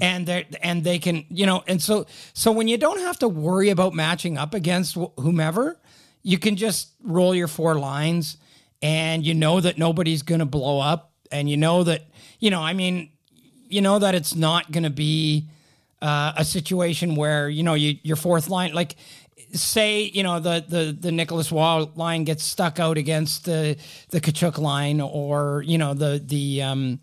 [SPEAKER 2] and they and they can you know and so so when you don't have to worry about matching up against wh- whomever you can just roll your four lines and you know that nobody's going to blow up and you know that you know i mean you know that it's not going to be uh, a situation where you know you, your fourth line like say you know the the the Nicholas Wall line gets stuck out against the the Kachuk line or you know the the um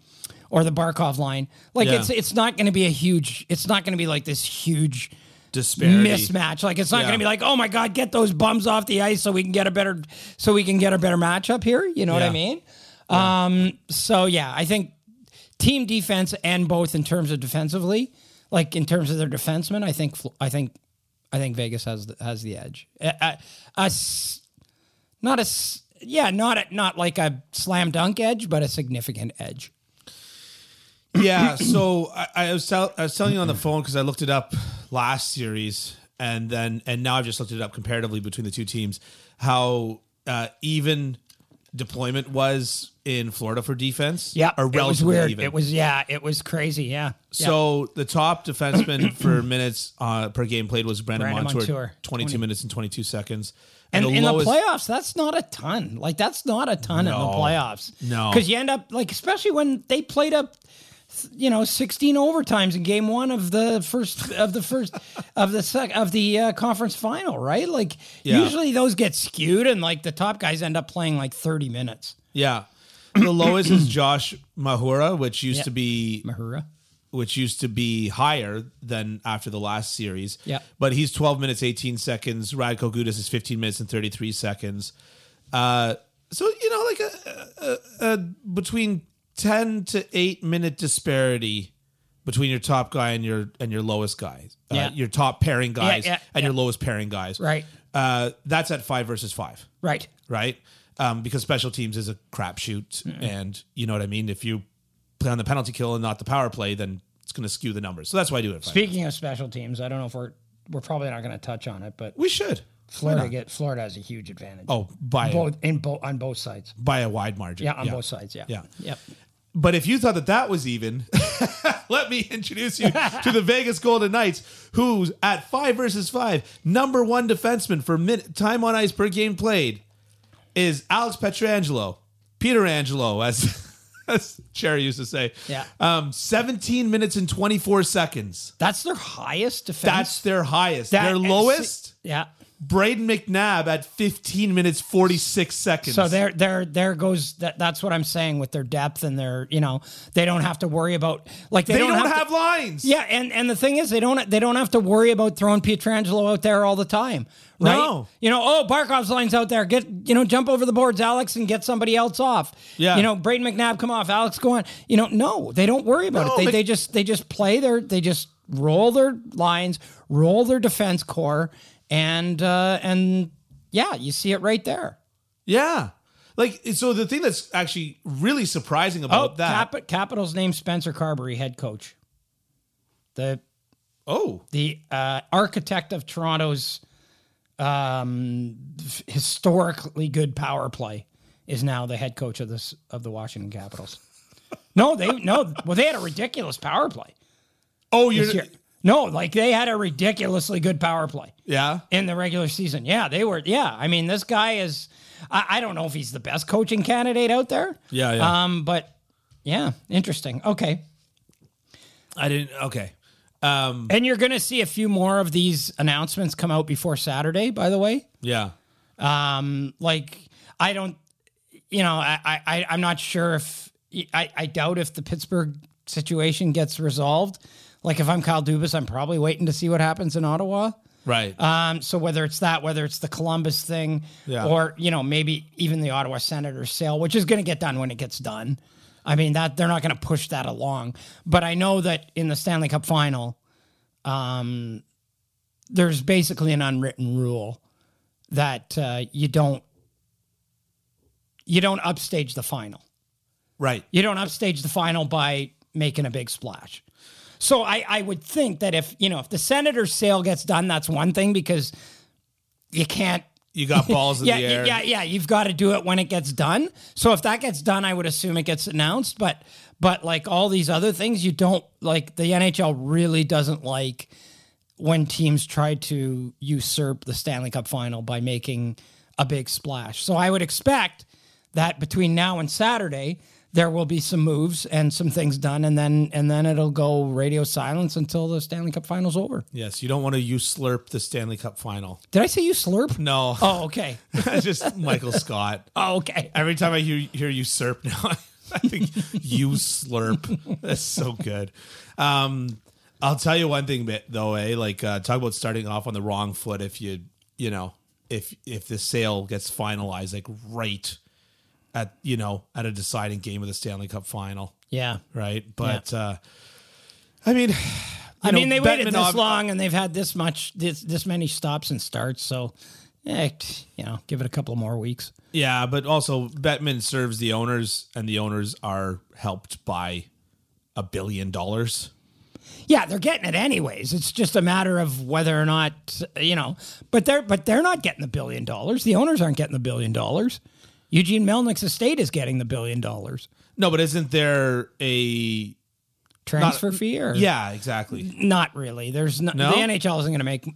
[SPEAKER 2] or the Barkov line like
[SPEAKER 1] Yeah.
[SPEAKER 2] it's it's not going to be a huge it's not going to be like this huge
[SPEAKER 1] Disparity.
[SPEAKER 2] mismatch like it's not
[SPEAKER 1] Yeah.
[SPEAKER 2] going to be like oh my god get those bums off the ice so we can get a better so we can get a better matchup here you know what
[SPEAKER 1] Yeah.
[SPEAKER 2] I mean um so yeah I think team defense and both in terms of defensively, like in terms of their defensemen, I think Fl- I think I think Vegas has the, has the edge. A, a- a s- not a s- yeah, not a, not like a slam dunk edge, but a significant edge.
[SPEAKER 1] yeah. So I, I was tell, I was telling you on the phone because I looked it up last series, and then and now I've just looked it up comparatively between the two teams how uh, even deployment was in Florida for defense. or
[SPEAKER 2] it was
[SPEAKER 1] relatively
[SPEAKER 2] weird.
[SPEAKER 1] even.
[SPEAKER 2] It was yeah, it was crazy. Yeah,
[SPEAKER 1] So the top defenseman for minutes uh, per game played was Brandon,
[SPEAKER 2] Brandon
[SPEAKER 1] Montour,
[SPEAKER 2] Montour,
[SPEAKER 1] 22 minutes and 22 seconds.
[SPEAKER 2] And in
[SPEAKER 1] lowest-
[SPEAKER 2] the playoffs, that's not a ton. Like that's not a ton in the playoffs.
[SPEAKER 1] No.
[SPEAKER 2] because you end up like, especially when they played up, you know, sixteen overtimes in game one of the first of the first of the sec of the uh, conference final, right? Like
[SPEAKER 1] Yeah.
[SPEAKER 2] usually those get skewed, and like the top guys end up playing like thirty minutes.
[SPEAKER 1] Yeah. The lowest is Josh Mahura, which used
[SPEAKER 2] Yeah.
[SPEAKER 1] to be
[SPEAKER 2] Mahura,
[SPEAKER 1] which used to be higher than after the last series.
[SPEAKER 2] Yeah.
[SPEAKER 1] But he's 12 minutes, 18 seconds. Radko Gudas is 15 minutes and 33 seconds. Uh, so, you know, like a, a, a between 10 to 8 minute disparity between your top guy and your and your lowest guy. Uh,
[SPEAKER 2] Yeah.
[SPEAKER 1] Your top pairing guys
[SPEAKER 2] yeah,
[SPEAKER 1] and your lowest pairing guys.
[SPEAKER 2] Right.
[SPEAKER 1] Uh, that's at 5 versus 5
[SPEAKER 2] right?
[SPEAKER 1] right? Um, because special teams is a crapshoot, and you know what I mean. If you play on the penalty kill and not the power play, then it's going to skew the numbers. So that's why I do it. at five.
[SPEAKER 2] Speaking of special teams, I don't know if we're we're probably not going to touch on it, but
[SPEAKER 1] we should.
[SPEAKER 2] Florida get Florida has a huge advantage.
[SPEAKER 1] Oh, by a,
[SPEAKER 2] both in both on both sides.
[SPEAKER 1] by a wide margin.
[SPEAKER 2] Yeah, on both sides. Yeah,
[SPEAKER 1] Yeah.
[SPEAKER 2] yep.
[SPEAKER 1] But if you thought that that was even, let me introduce you to the Vegas Golden Knights, who's at five versus five, number one defenseman for min- time on ice per game played is Alex Petrangelo, Peter Angelo, as as Cherry used to say.
[SPEAKER 2] Yeah.
[SPEAKER 1] Um, 17 minutes and 24 seconds.
[SPEAKER 2] That's their highest defense.
[SPEAKER 1] That's their highest.
[SPEAKER 2] That-
[SPEAKER 1] their lowest,
[SPEAKER 2] Yeah.
[SPEAKER 1] Braden McNabb at 15 minutes 46 seconds.
[SPEAKER 2] So there, there, there goes. That, that's what I'm saying with their depth and their, you know, they don't have to worry about like they,
[SPEAKER 1] they don't,
[SPEAKER 2] to-
[SPEAKER 1] have, lines.
[SPEAKER 2] Yeah, and and the thing is, they don't they don't have to worry about throwing Pietrangelo out there all the time, right?
[SPEAKER 1] No.
[SPEAKER 2] You know, oh Barkov's line's out there. Get you know, jump over the boards, Alex, and get somebody else off.
[SPEAKER 1] Yeah.
[SPEAKER 2] You know, Braden McNabb, come off, Alex, go on. You know, no, they don't worry about
[SPEAKER 1] No,
[SPEAKER 2] it. They
[SPEAKER 1] Mc-
[SPEAKER 2] they just they just play their they just roll their lines, roll their defense core, and uh and yeah, you see it right there.
[SPEAKER 1] Yeah. Like so the thing that's actually really surprising
[SPEAKER 2] Oh,
[SPEAKER 1] about that.
[SPEAKER 2] Cap- Capitals named Spencer Carberry head coach. The
[SPEAKER 1] oh.
[SPEAKER 2] the uh, architect of Toronto's um, f- historically good power play is now the head coach of this of the Washington Capitals. No, they no. Well, they had a ridiculous power play.
[SPEAKER 1] Oh, you're
[SPEAKER 2] this year. No, like they had a ridiculously good power play
[SPEAKER 1] Yeah.
[SPEAKER 2] in the regular season. Yeah, they were. Yeah, I mean, this guy is. I, I don't know if he's the best coaching candidate out there.
[SPEAKER 1] Yeah, yeah.
[SPEAKER 2] Um, but yeah, interesting. Okay,
[SPEAKER 1] I didn't okay. Um
[SPEAKER 2] and you're going to see a few more of these announcements come out before Saturday. By the way,
[SPEAKER 1] yeah.
[SPEAKER 2] um like i don't you know i I- i i'm not sure if i i doubt if the pittsburgh situation gets resolved like if i'm kyle dubas i'm probably waiting to see what happens in ottawa
[SPEAKER 1] Right.
[SPEAKER 2] um so whether it's that whether it's the columbus thing
[SPEAKER 1] Yeah.
[SPEAKER 2] or you know maybe even the ottawa senators sale which is going to get done when it gets done i mean that they're not going to push that along but i know that in the stanley cup final um, there's basically an unwritten rule that uh, you don't you don't upstage the final.
[SPEAKER 1] right.
[SPEAKER 2] You don't upstage the final by making a big splash. So I, I would think that if you know if the Senators sale gets done, that's one thing because you can't
[SPEAKER 1] You got balls in
[SPEAKER 2] yeah,
[SPEAKER 1] the
[SPEAKER 2] you-
[SPEAKER 1] air.
[SPEAKER 2] yeah, yeah. You've got to do it when it gets done. So if that gets done, I would assume it gets announced. But but like all these other things, you don't like the NHL really doesn't like when teams try to usurp the Stanley Cup final by making a big splash. So I would expect that between now and Saturday there will be some moves and some things done and then and then it'll go radio silence until the Stanley Cup final's over.
[SPEAKER 1] Yes, you don't want to you slurp the Stanley Cup final.
[SPEAKER 2] Did I say you slurp?
[SPEAKER 1] No.
[SPEAKER 2] Oh, okay.
[SPEAKER 1] That's just Michael Scott.
[SPEAKER 2] Oh, okay.
[SPEAKER 1] Every time I hear hear you slurp now, I think you slurp. That's so good. Um, I'll tell you one thing, bit though, eh? Like uh, talk about starting off on the wrong foot. If you you know if if the sale gets finalized like right at you know at a deciding game of the Stanley Cup final,
[SPEAKER 2] Yeah.
[SPEAKER 1] right? But uh, I mean,
[SPEAKER 2] I mean, they waited this
[SPEAKER 1] long.
[SPEAKER 2] long and they've had this much, this this many stops and starts. So, eh, t- you know, give it a couple more weeks.
[SPEAKER 1] Yeah, but also Bettman serves the owners, and the owners are helped by a billion dollars.
[SPEAKER 2] Yeah, they're getting it anyways. It's just a matter of whether or not you know. But they're but they're not getting the billion dollars. The owners aren't getting the billion dollars. Eugene Melnick's estate is getting the billion dollars
[SPEAKER 1] No, but isn't there a
[SPEAKER 2] transfer fee. Or
[SPEAKER 1] yeah? Exactly.
[SPEAKER 2] not really. There's no,
[SPEAKER 1] No?
[SPEAKER 2] the NHL isn't going to make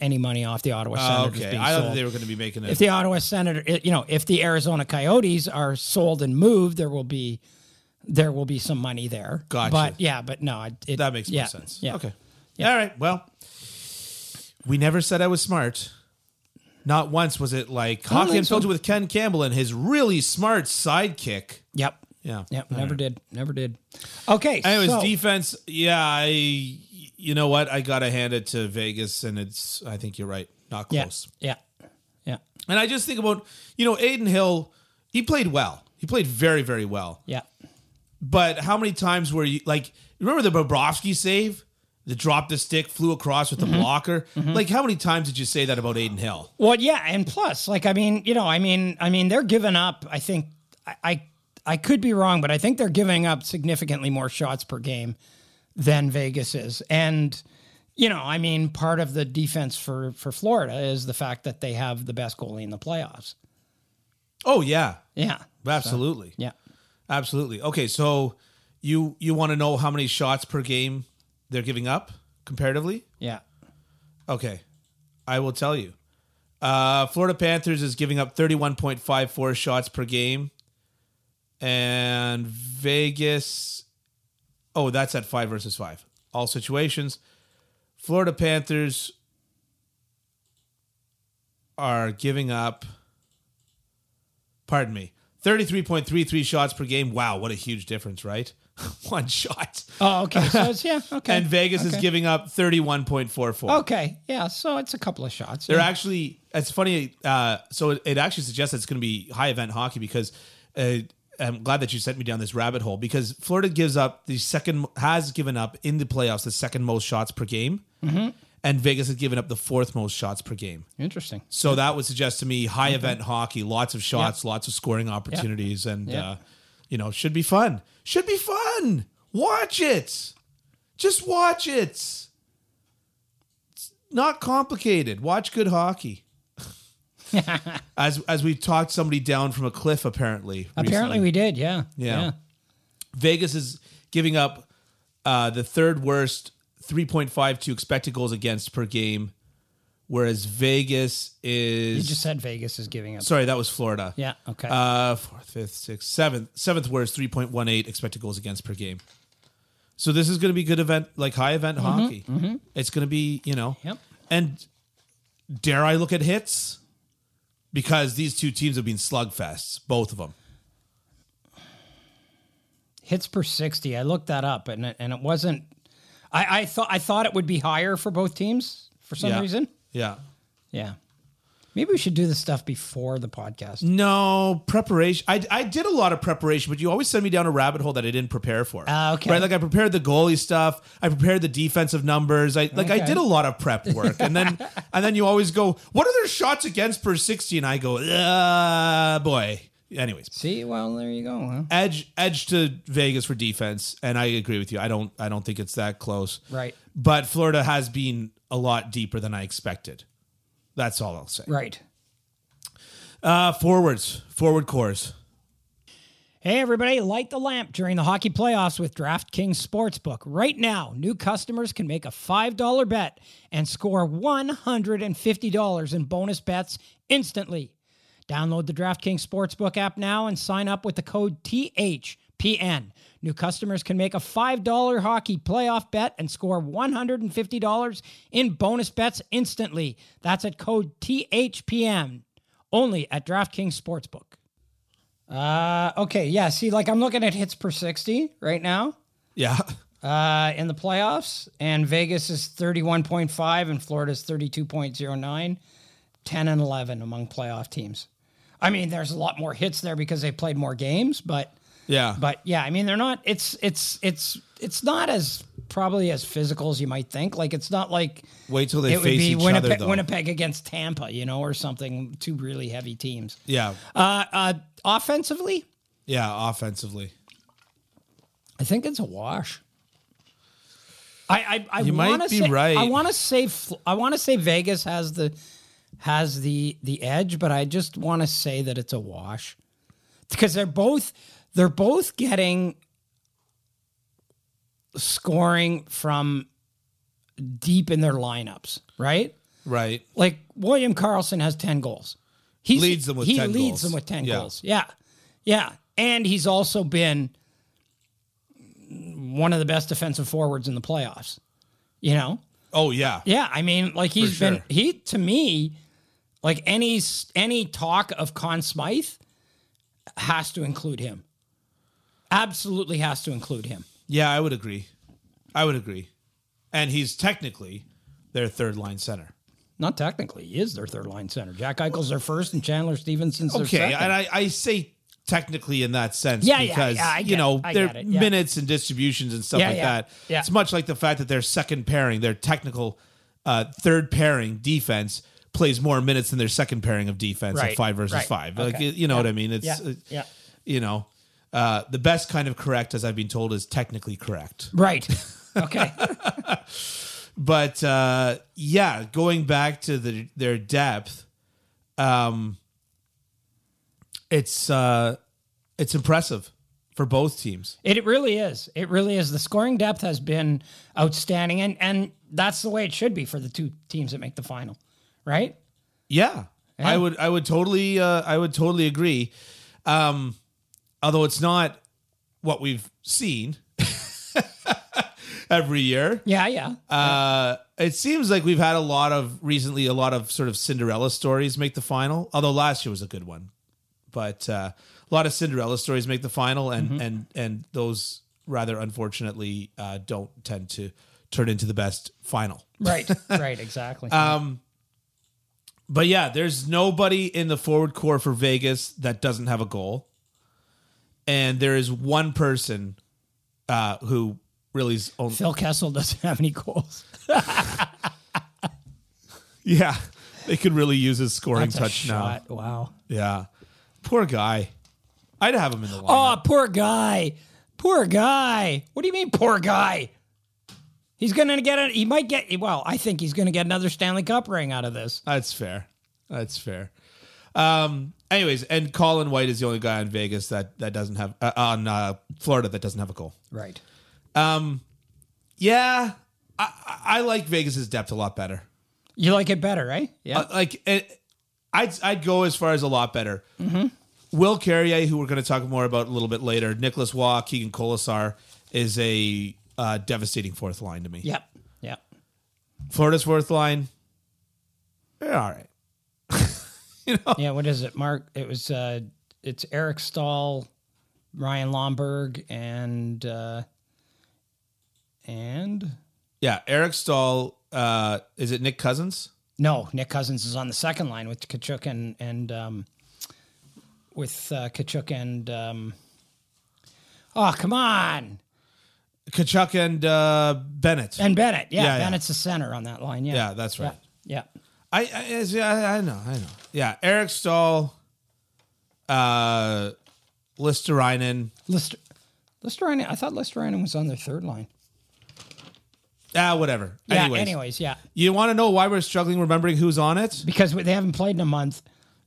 [SPEAKER 2] any money off the Ottawa Senators.
[SPEAKER 1] Oh, Ah, okay,
[SPEAKER 2] being
[SPEAKER 1] I
[SPEAKER 2] sold.
[SPEAKER 1] thought they were going to be making
[SPEAKER 2] if
[SPEAKER 1] it.
[SPEAKER 2] the Ottawa Senator, you know, if the Arizona Coyotes are sold and moved, there will be there will be some money there.
[SPEAKER 1] Gotcha.
[SPEAKER 2] But yeah, but no, it, it-
[SPEAKER 1] That makes
[SPEAKER 2] yeah,
[SPEAKER 1] more sense.
[SPEAKER 2] Yeah.
[SPEAKER 1] Okay. All right. Well, we never said I was smart. Not once was it like
[SPEAKER 2] don't
[SPEAKER 1] hockey
[SPEAKER 2] think
[SPEAKER 1] and
[SPEAKER 2] so.
[SPEAKER 1] filter with Ken Campbell and his really smart sidekick.
[SPEAKER 2] Yep.
[SPEAKER 1] Yeah.
[SPEAKER 2] Yep. Never did. Never did. Okay.
[SPEAKER 1] Anyways,
[SPEAKER 2] so,
[SPEAKER 1] defense. Yeah, I. You know what? I gotta hand it to Vegas, and it's. I think you're right. Not
[SPEAKER 2] yeah,
[SPEAKER 1] close.
[SPEAKER 2] yeah. Yeah.
[SPEAKER 1] And I just think about you know Aiden Hill. He played well. He played very very well.
[SPEAKER 2] Yeah.
[SPEAKER 1] But how many times were you like? Remember the Bobrovsky save? The drop the stick, flew across with the blocker. Like how many times did you say that about Aiden Hill?
[SPEAKER 2] Well, yeah, and plus, like, I mean, you know, I mean, I mean, they're giving up. I think I, I, I could be wrong, but I think they're giving up significantly more shots per game than Vegas is, and you know, I mean, part of the defense for for Florida is the fact that they have the best goalie in the playoffs.
[SPEAKER 1] Oh yeah,
[SPEAKER 2] Yeah,
[SPEAKER 1] absolutely,
[SPEAKER 2] yeah,
[SPEAKER 1] absolutely. Okay, so you you want to know how many shots per game they're giving up comparatively?
[SPEAKER 2] yeah.
[SPEAKER 1] Okay, I will tell you. Uh, Florida Panthers is giving up 31.54 shots per game and Vegas. Oh, that's at five versus five. All situations. Florida Panthers are giving up, pardon me, 33.33 shots per game. Wow, what a huge difference, right? One shot.
[SPEAKER 2] Oh, okay. So it's, yeah, okay.
[SPEAKER 1] And Vegas is
[SPEAKER 2] Okay.
[SPEAKER 1] giving up 31.44.
[SPEAKER 2] Okay, yeah. So it's a couple of shots.
[SPEAKER 1] They're
[SPEAKER 2] yeah.
[SPEAKER 1] actually. It's funny. Uh, so it, it actually suggests it's going to be high event hockey because uh, I'm glad that you sent me down this rabbit hole because Florida gives up the second has given up in the playoffs the second most shots per game, and Vegas has given up the fourth most shots per game.
[SPEAKER 2] Interesting.
[SPEAKER 1] So that would suggest to me high event hockey, lots of shots, lots of scoring opportunities, and
[SPEAKER 2] Yeah.
[SPEAKER 1] uh, you know should be fun. Should be fun. Watch it. Just watch it. It's not complicated. Watch good hockey. as as we talked somebody down from a cliff, apparently.
[SPEAKER 2] Apparently, we did. Yeah.
[SPEAKER 1] Yeah. Vegas is giving up uh, the third worst 3.52 expected goals against per game, whereas Vegas is.
[SPEAKER 2] You just said Vegas is giving up.
[SPEAKER 1] Sorry, that was Florida.
[SPEAKER 2] yeah. Okay.
[SPEAKER 1] Uh, fourth, fifth, sixth, seventh. Seventh worst, 3.18 expected goals against per game. So this is going to be good event, like high event hockey. It's going to be, you know.
[SPEAKER 2] Mm-hmm, Yep.
[SPEAKER 1] And dare I look at hits? Because these two teams have been slugfests, both of them.
[SPEAKER 2] Hits per sixty. I looked that up, and it, and it wasn't. I, I thought I thought it would be higher for both teams for some
[SPEAKER 1] yeah.
[SPEAKER 2] reason.
[SPEAKER 1] Yeah.
[SPEAKER 2] Yeah. Maybe we should do this stuff before the podcast.
[SPEAKER 1] No preparation. I, I did a lot of preparation, but you always send me down a rabbit hole that I didn't prepare for.
[SPEAKER 2] Ah, okay.
[SPEAKER 1] Right, like I prepared the goalie stuff. I prepared the defensive numbers. I like I
[SPEAKER 2] Okay.
[SPEAKER 1] did a lot of prep work, and then and then you always go, "What are their shots against per 60? And I go, "Ah, boy." Anyways,
[SPEAKER 2] See, well, there you go. Huh?
[SPEAKER 1] edge edge to Vegas for defense, and I agree with you. I don't I don't think it's that close.
[SPEAKER 2] Right.
[SPEAKER 1] But Florida has been a lot deeper than I expected. That's all I'll say.
[SPEAKER 2] Right.
[SPEAKER 1] Uh, forwards, forward cores.
[SPEAKER 2] Hey, everybody, light the lamp during the hockey playoffs with DraftKings Sportsbook. Right now, new customers can make a $5 bet and score $150 in bonus bets instantly. Download the DraftKings Sportsbook app now and sign up with the code THPN. New customers can make a $5 hockey playoff bet and score $150 in bonus bets instantly. That's at code THPN, only at DraftKings Sportsbook. Uh, okay, yeah. See, like I'm looking at hits per 60 right now
[SPEAKER 1] Yeah.
[SPEAKER 2] uh, in the playoffs, and Vegas is 31.5 and Florida's 32.09, 10 and 11 among playoff teams. I mean, there's a lot more hits there because they played more games, but
[SPEAKER 1] Yeah.
[SPEAKER 2] but yeah, I mean, they're not. It's it's it's it's not as probably as physical as you might think. Like it's not like
[SPEAKER 1] Wait till they
[SPEAKER 2] it would
[SPEAKER 1] face
[SPEAKER 2] be
[SPEAKER 1] each
[SPEAKER 2] Winnipeg,
[SPEAKER 1] other, though.
[SPEAKER 2] Winnipeg against Tampa, you know, or something. Two really heavy teams.
[SPEAKER 1] Yeah,
[SPEAKER 2] Uh, uh, offensively,
[SPEAKER 1] yeah, offensively.
[SPEAKER 2] I think it's a wash. I I, I
[SPEAKER 1] You might
[SPEAKER 2] wanna
[SPEAKER 1] be
[SPEAKER 2] say,
[SPEAKER 1] right.
[SPEAKER 2] I want to say Fl- I want to say Vegas has the has the the edge, but I just want to say that it's a wash because they're both they're both getting scoring from deep in their lineups, right?
[SPEAKER 1] Right.
[SPEAKER 2] like William Carlson has 10 goals. He
[SPEAKER 1] Leads them with
[SPEAKER 2] he
[SPEAKER 1] 10
[SPEAKER 2] leads
[SPEAKER 1] goals.
[SPEAKER 2] them with 10
[SPEAKER 1] Yeah.
[SPEAKER 2] goals. Yeah. Yeah. And he's also been one of the best defensive forwards in the playoffs. You know?
[SPEAKER 1] Oh yeah.
[SPEAKER 2] Yeah, I mean, like he's
[SPEAKER 1] sure.
[SPEAKER 2] been he to me, like any s- any talk of Conn Smythe has to include him. Absolutely has to include him.
[SPEAKER 1] Yeah, I would agree. I would agree. And he's technically their third line center.
[SPEAKER 2] Not technically, he is their third line center. Jack Eichel's their first, and Chandler Stevenson's their
[SPEAKER 1] Okay,
[SPEAKER 2] second.
[SPEAKER 1] and I, I say technically in that sense
[SPEAKER 2] Yeah, yeah,
[SPEAKER 1] because
[SPEAKER 2] yeah, I
[SPEAKER 1] you
[SPEAKER 2] get-
[SPEAKER 1] know
[SPEAKER 2] I
[SPEAKER 1] their
[SPEAKER 2] get it, yeah.
[SPEAKER 1] minutes and distributions and stuff
[SPEAKER 2] Yeah,
[SPEAKER 1] like
[SPEAKER 2] yeah,
[SPEAKER 1] that.
[SPEAKER 2] yeah.
[SPEAKER 1] It's much like the fact that their second pairing, their technical uh, third pairing defense plays more minutes than their second pairing of defense at
[SPEAKER 2] Right,
[SPEAKER 1] five versus
[SPEAKER 2] right,
[SPEAKER 1] five. Like
[SPEAKER 2] okay.
[SPEAKER 1] you know what I mean? It's
[SPEAKER 2] yeah,
[SPEAKER 1] uh,
[SPEAKER 2] yeah.
[SPEAKER 1] you know uh, the best kind of correct, as I've been told, is technically correct.
[SPEAKER 2] Right. Okay.
[SPEAKER 1] but uh, yeah, going back to the, their depth, um, it's uh, it's impressive for both teams.
[SPEAKER 2] It really is. It really is. The scoring depth has been outstanding, and and that's the way it should be for the two teams that make the final, right?
[SPEAKER 1] Yeah, I would I would totally uh, I would totally agree. Um, although it's not what we've seen every year.
[SPEAKER 2] Yeah, yeah.
[SPEAKER 1] Uh, it seems like we've had a lot of recently, a lot of sort of Cinderella stories make the final. Although last year was a good one, but uh, a lot of Cinderella stories make the final, and
[SPEAKER 2] Mm-hmm.
[SPEAKER 1] and and those rather unfortunately uh, don't tend to turn into the best final.
[SPEAKER 2] right, right, exactly.
[SPEAKER 1] Um, But yeah, there's nobody in the forward core for Vegas that doesn't have a goal, and there is one person uh, who really is only
[SPEAKER 2] Phil Kessel doesn't have any goals.
[SPEAKER 1] yeah. They could really use his scoring
[SPEAKER 2] That's a
[SPEAKER 1] touch now.
[SPEAKER 2] shot. Wow.
[SPEAKER 1] Yeah. Poor guy. I'd have him in the lineup.
[SPEAKER 2] Oh, poor guy. Poor guy. What do you mean, poor guy? He's gonna get it. He might get. Well, I think he's gonna get another Stanley Cup ring out of this.
[SPEAKER 1] That's fair. That's fair. Um anyways, and Colin White is the only guy in Vegas that that doesn't have uh, on uh, Florida that doesn't have a goal.
[SPEAKER 2] Right.
[SPEAKER 1] Yeah. I I I like Vegas's depth a lot better.
[SPEAKER 2] You like it better, right? Yeah.
[SPEAKER 1] Uh, like it, I'd I'd go as far as a lot better. Will Carrier, who we're going to talk more about a little bit later, Nicholas Waugh, Keegan Colasar is a uh, devastating fourth line to me.
[SPEAKER 2] yep. Yep.
[SPEAKER 1] Florida's fourth line, they're all right.
[SPEAKER 2] Yeah. What is it, Mark? It was. uh It's Eric Stahl, Ryan Lomberg, and uh and
[SPEAKER 1] Yeah, Eric Stahl. Uh, is it Nick Cousins?
[SPEAKER 2] no, Nick Cousins is on the second line with Kachuk and and um with uh, Kachuk and um. Oh come on!
[SPEAKER 1] Kachuk and uh, Bennett.
[SPEAKER 2] And Bennett, yeah,
[SPEAKER 1] Yeah, yeah.
[SPEAKER 2] Bennett's the center on that line. Yeah,
[SPEAKER 1] yeah, that's right.
[SPEAKER 2] yeah.
[SPEAKER 1] I, I, is- yeah, I I know, I know. Yeah, Eric Stahl, uh, Listerinen.
[SPEAKER 2] Lister, Listerine. I thought Listerine was on their third line.
[SPEAKER 1] Ah, whatever.
[SPEAKER 2] Yeah.
[SPEAKER 1] anyways,
[SPEAKER 2] Anyways, yeah,
[SPEAKER 1] you want to know why we're struggling remembering who's on it?
[SPEAKER 2] because they haven't played in a month.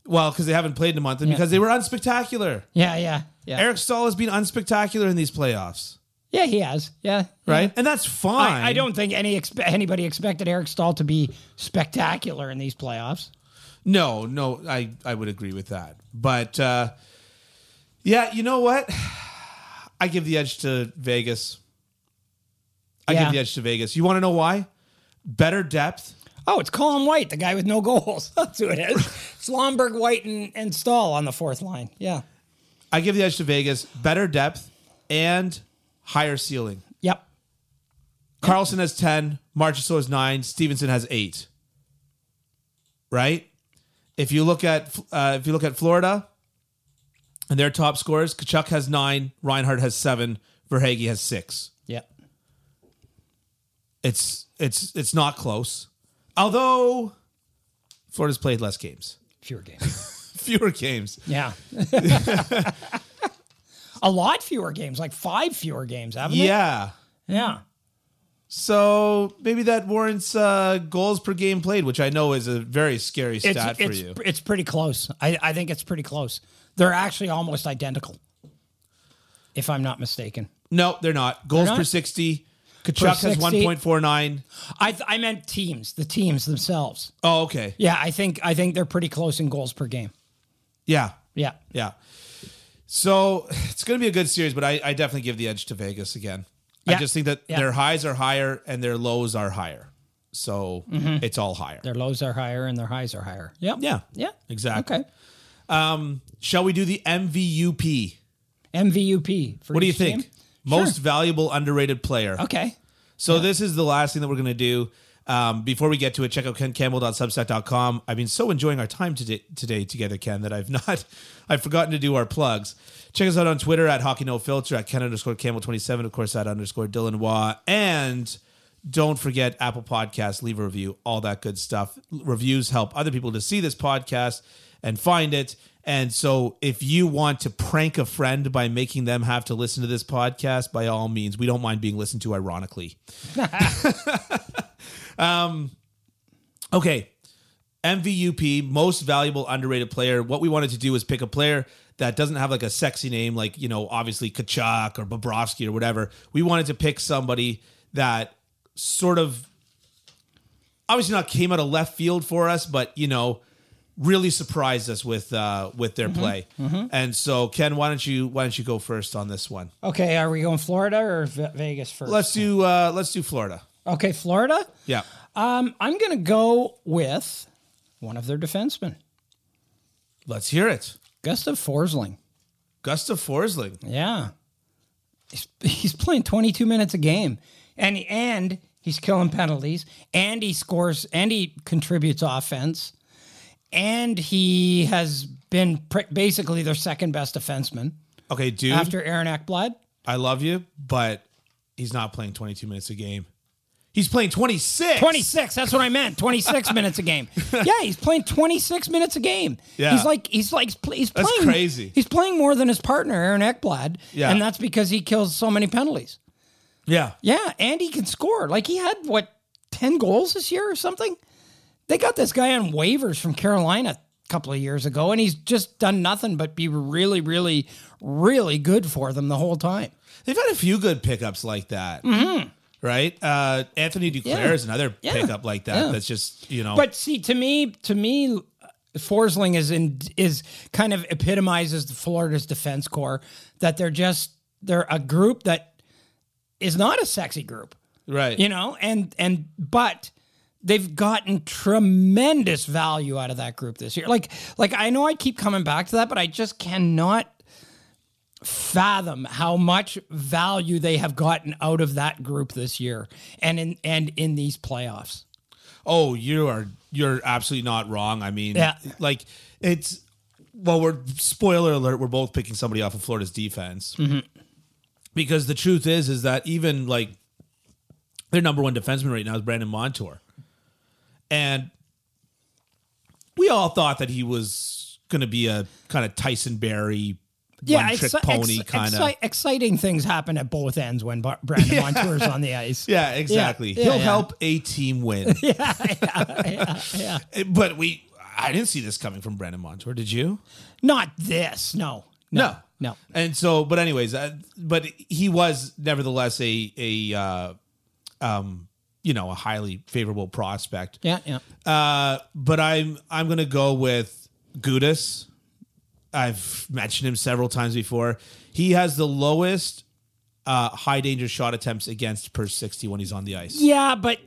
[SPEAKER 1] Well, because they haven't played in a month, and because they were unspectacular.
[SPEAKER 2] Yeah, yeah, yeah.
[SPEAKER 1] Eric Stahl has been unspectacular in these playoffs,
[SPEAKER 2] yeah, he has. Yeah,
[SPEAKER 1] right? And that's fine.
[SPEAKER 2] I, I don't think any expe- anybody expected Eric Stahl to be spectacular in these playoffs.
[SPEAKER 1] No, no, I, I would agree with that. But uh, yeah, you know what? I give the edge to Vegas. I
[SPEAKER 2] Yeah.
[SPEAKER 1] give the edge to Vegas. You want to know why? Better depth.
[SPEAKER 2] Oh, it's Colin White, the guy with no goals. That's who it is. It's Lomberg, White, and, and Stahl on the fourth line. Yeah.
[SPEAKER 1] I give the edge to Vegas. Better depth and higher ceiling.
[SPEAKER 2] Yep.
[SPEAKER 1] Carlson has 10, Marchessault has 9, Stevenson has 8. Right? If you look at uh, if you look at Florida and their top scorers, Kachuk has 9, Reinhardt has 7, Verhage has 6.
[SPEAKER 2] Yep.
[SPEAKER 1] It's it's it's not close. Although Florida's played less games,
[SPEAKER 2] Fewer games.
[SPEAKER 1] fewer games.
[SPEAKER 2] Yeah. a lot fewer games, like five fewer games, haven't they?
[SPEAKER 1] Yeah.
[SPEAKER 2] Yeah.
[SPEAKER 1] So maybe that warrants uh, goals per game played, which I know is a very scary
[SPEAKER 2] It's
[SPEAKER 1] stat for
[SPEAKER 2] it's,
[SPEAKER 1] you.
[SPEAKER 2] it's pretty close. I, I think it's pretty close. They're actually almost identical, if I'm not mistaken.
[SPEAKER 1] No, they're not. Goals per
[SPEAKER 2] not?
[SPEAKER 1] 60. Kachuk has
[SPEAKER 2] 60.
[SPEAKER 1] 1.49.
[SPEAKER 2] I th- I meant teams, the teams themselves.
[SPEAKER 1] Oh, okay.
[SPEAKER 2] Yeah, I think I think they're pretty close in goals per game.
[SPEAKER 1] Yeah.
[SPEAKER 2] Yeah.
[SPEAKER 1] Yeah. So it's going to be a good series, but I, I definitely give the edge to Vegas again. I
[SPEAKER 2] Yeah.
[SPEAKER 1] just think that
[SPEAKER 2] Yeah.
[SPEAKER 1] their highs are higher and their lows are higher. So
[SPEAKER 2] Mm-hmm.
[SPEAKER 1] it's all higher.
[SPEAKER 2] Their lows are higher and their highs are higher. Yeah.
[SPEAKER 1] Yeah.
[SPEAKER 2] Yeah.
[SPEAKER 1] Exactly.
[SPEAKER 2] Okay.
[SPEAKER 1] Shall we do the MVUP?
[SPEAKER 2] MVUP. For
[SPEAKER 1] What do you
[SPEAKER 2] each team?
[SPEAKER 1] think? Most valuable underrated player.
[SPEAKER 2] Okay.
[SPEAKER 1] So this is the last thing that we're going to do. Um, before we get to it, check out kencampbell.substack.com. I've been so enjoying our time today, today together, Ken, that I've not, I've forgotten to do our plugs. Check us out on Twitter at hockey no filter at Ken underscore Campbell 27, of course, at underscore Dylan Waugh. And don't forget Apple Podcasts, leave a review, all that good stuff. Reviews help other people to see this podcast and find it. And so if you want to prank a friend by making them have to listen to this podcast, by all means, we don't mind being listened to ironically. Okay. MVUP, most valuable underrated player. What we wanted to do is pick a player that doesn't have like a sexy name, like, you know, obviously Kachuk or Bobrovsky or whatever. We wanted to pick somebody that sort of obviously not came out of left field for us, but, you know, really surprised us with uh, with their play. And so, Ken, why don't you why don't you go first on this one?
[SPEAKER 2] Okay, are we going Florida or Ve- Vegas 1st
[SPEAKER 1] Let's do uh, let's do Florida.
[SPEAKER 2] okay, Florida.
[SPEAKER 1] Yeah,
[SPEAKER 2] Um, I'm going to go with one of their defensemen,
[SPEAKER 1] let's hear it.
[SPEAKER 2] Gustav Forsling.
[SPEAKER 1] Gustav Forsling.
[SPEAKER 2] Yeah. He's, he's playing 22 minutes a game and and he's killing penalties and he scores and he contributes offense and he has been pr- basically their second best defenseman
[SPEAKER 1] Okay, dude,
[SPEAKER 2] after Aaron Eckblad.
[SPEAKER 1] I love you, but he's not playing 22 minutes a game. He's playing 26.
[SPEAKER 2] 26, that's what I meant. 26 minutes a game. Yeah, he's playing 26 minutes a game.
[SPEAKER 1] Yeah.
[SPEAKER 2] He's like he's like he's playing
[SPEAKER 1] That's crazy.
[SPEAKER 2] He's playing more than his partner Aaron Eckblad
[SPEAKER 1] Yeah.
[SPEAKER 2] and that's because he kills so many penalties.
[SPEAKER 1] Yeah.
[SPEAKER 2] Yeah, and he can score. Like he had what ten goals this year or something. They got this guy on waivers from Carolina a couple of years ago, and he's just done nothing but be really, really, really good for them the whole time.
[SPEAKER 1] They've had a few good pickups like that. Right? Uh, Anthony Duclair
[SPEAKER 2] Mm-hmm. Yeah.
[SPEAKER 1] is another
[SPEAKER 2] Yeah.
[SPEAKER 1] pickup like that.
[SPEAKER 2] Yeah.
[SPEAKER 1] That's just, you know.
[SPEAKER 2] But see, to me, to me, Forsling is in is kind of epitomizes the Florida's defense corps that they're just they're a group that is not a sexy group.
[SPEAKER 1] right.
[SPEAKER 2] you know and and but they've gotten tremendous value out of that group this year like like i know i keep coming back to that but i just cannot fathom how much value they have gotten out of that group this year and in and in these playoffs
[SPEAKER 1] oh, you are you're absolutely not wrong. I mean,
[SPEAKER 2] Yeah.
[SPEAKER 1] like it's well, we're spoiler alert, we're both picking somebody off of Florida's defense. Because the truth is is that even like their number one defenseman right now is Brandon Montour. And we all thought that he was going to be a kind of Tyson Berry, one trick
[SPEAKER 2] exci-
[SPEAKER 1] pony
[SPEAKER 2] ex-
[SPEAKER 1] kind of.
[SPEAKER 2] exci- exciting things happen at both ends when Bar- Brandon Montour's on the ice.
[SPEAKER 1] Yeah, exactly.
[SPEAKER 2] Yeah,
[SPEAKER 1] He'll
[SPEAKER 2] yeah.
[SPEAKER 1] help a team win. yeah, yeah, yeah. But we, I didn't see this coming from Brandon Montour. Did you?
[SPEAKER 2] Not this. No. No. No.
[SPEAKER 1] And so, but anyways, uh, but he was nevertheless a a uh, um you know a highly favorable prospect.
[SPEAKER 2] Yeah, yeah.
[SPEAKER 1] Uh, but I'm I'm gonna go with Gudis. I've mentioned him several times before. He has the lowest uh, high danger shot attempts against per sixty when he's on the ice.
[SPEAKER 2] Yeah, but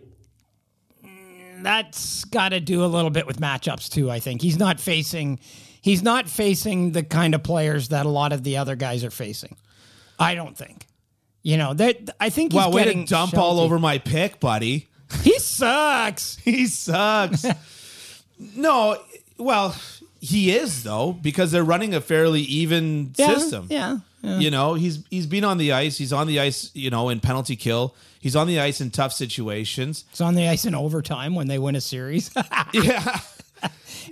[SPEAKER 2] mm, that's got to do a little bit with matchups too. I think he's not facing he's not facing the kind of players that a lot of the other guys are facing. I don't think. You know that I think. He's
[SPEAKER 1] Wow, way
[SPEAKER 2] getting
[SPEAKER 1] to dump all
[SPEAKER 2] sheltered.
[SPEAKER 1] over my pick, buddy.
[SPEAKER 2] He sucks.
[SPEAKER 1] He sucks. no, well, he is though because they're running a fairly even
[SPEAKER 2] Yeah,
[SPEAKER 1] system.
[SPEAKER 2] Yeah. yeah.
[SPEAKER 1] You know, he's he's been on the ice. He's on the ice. You know, in penalty kill. He's on the ice in tough situations.
[SPEAKER 2] It's on the ice in overtime when they win a series, and
[SPEAKER 1] Yeah,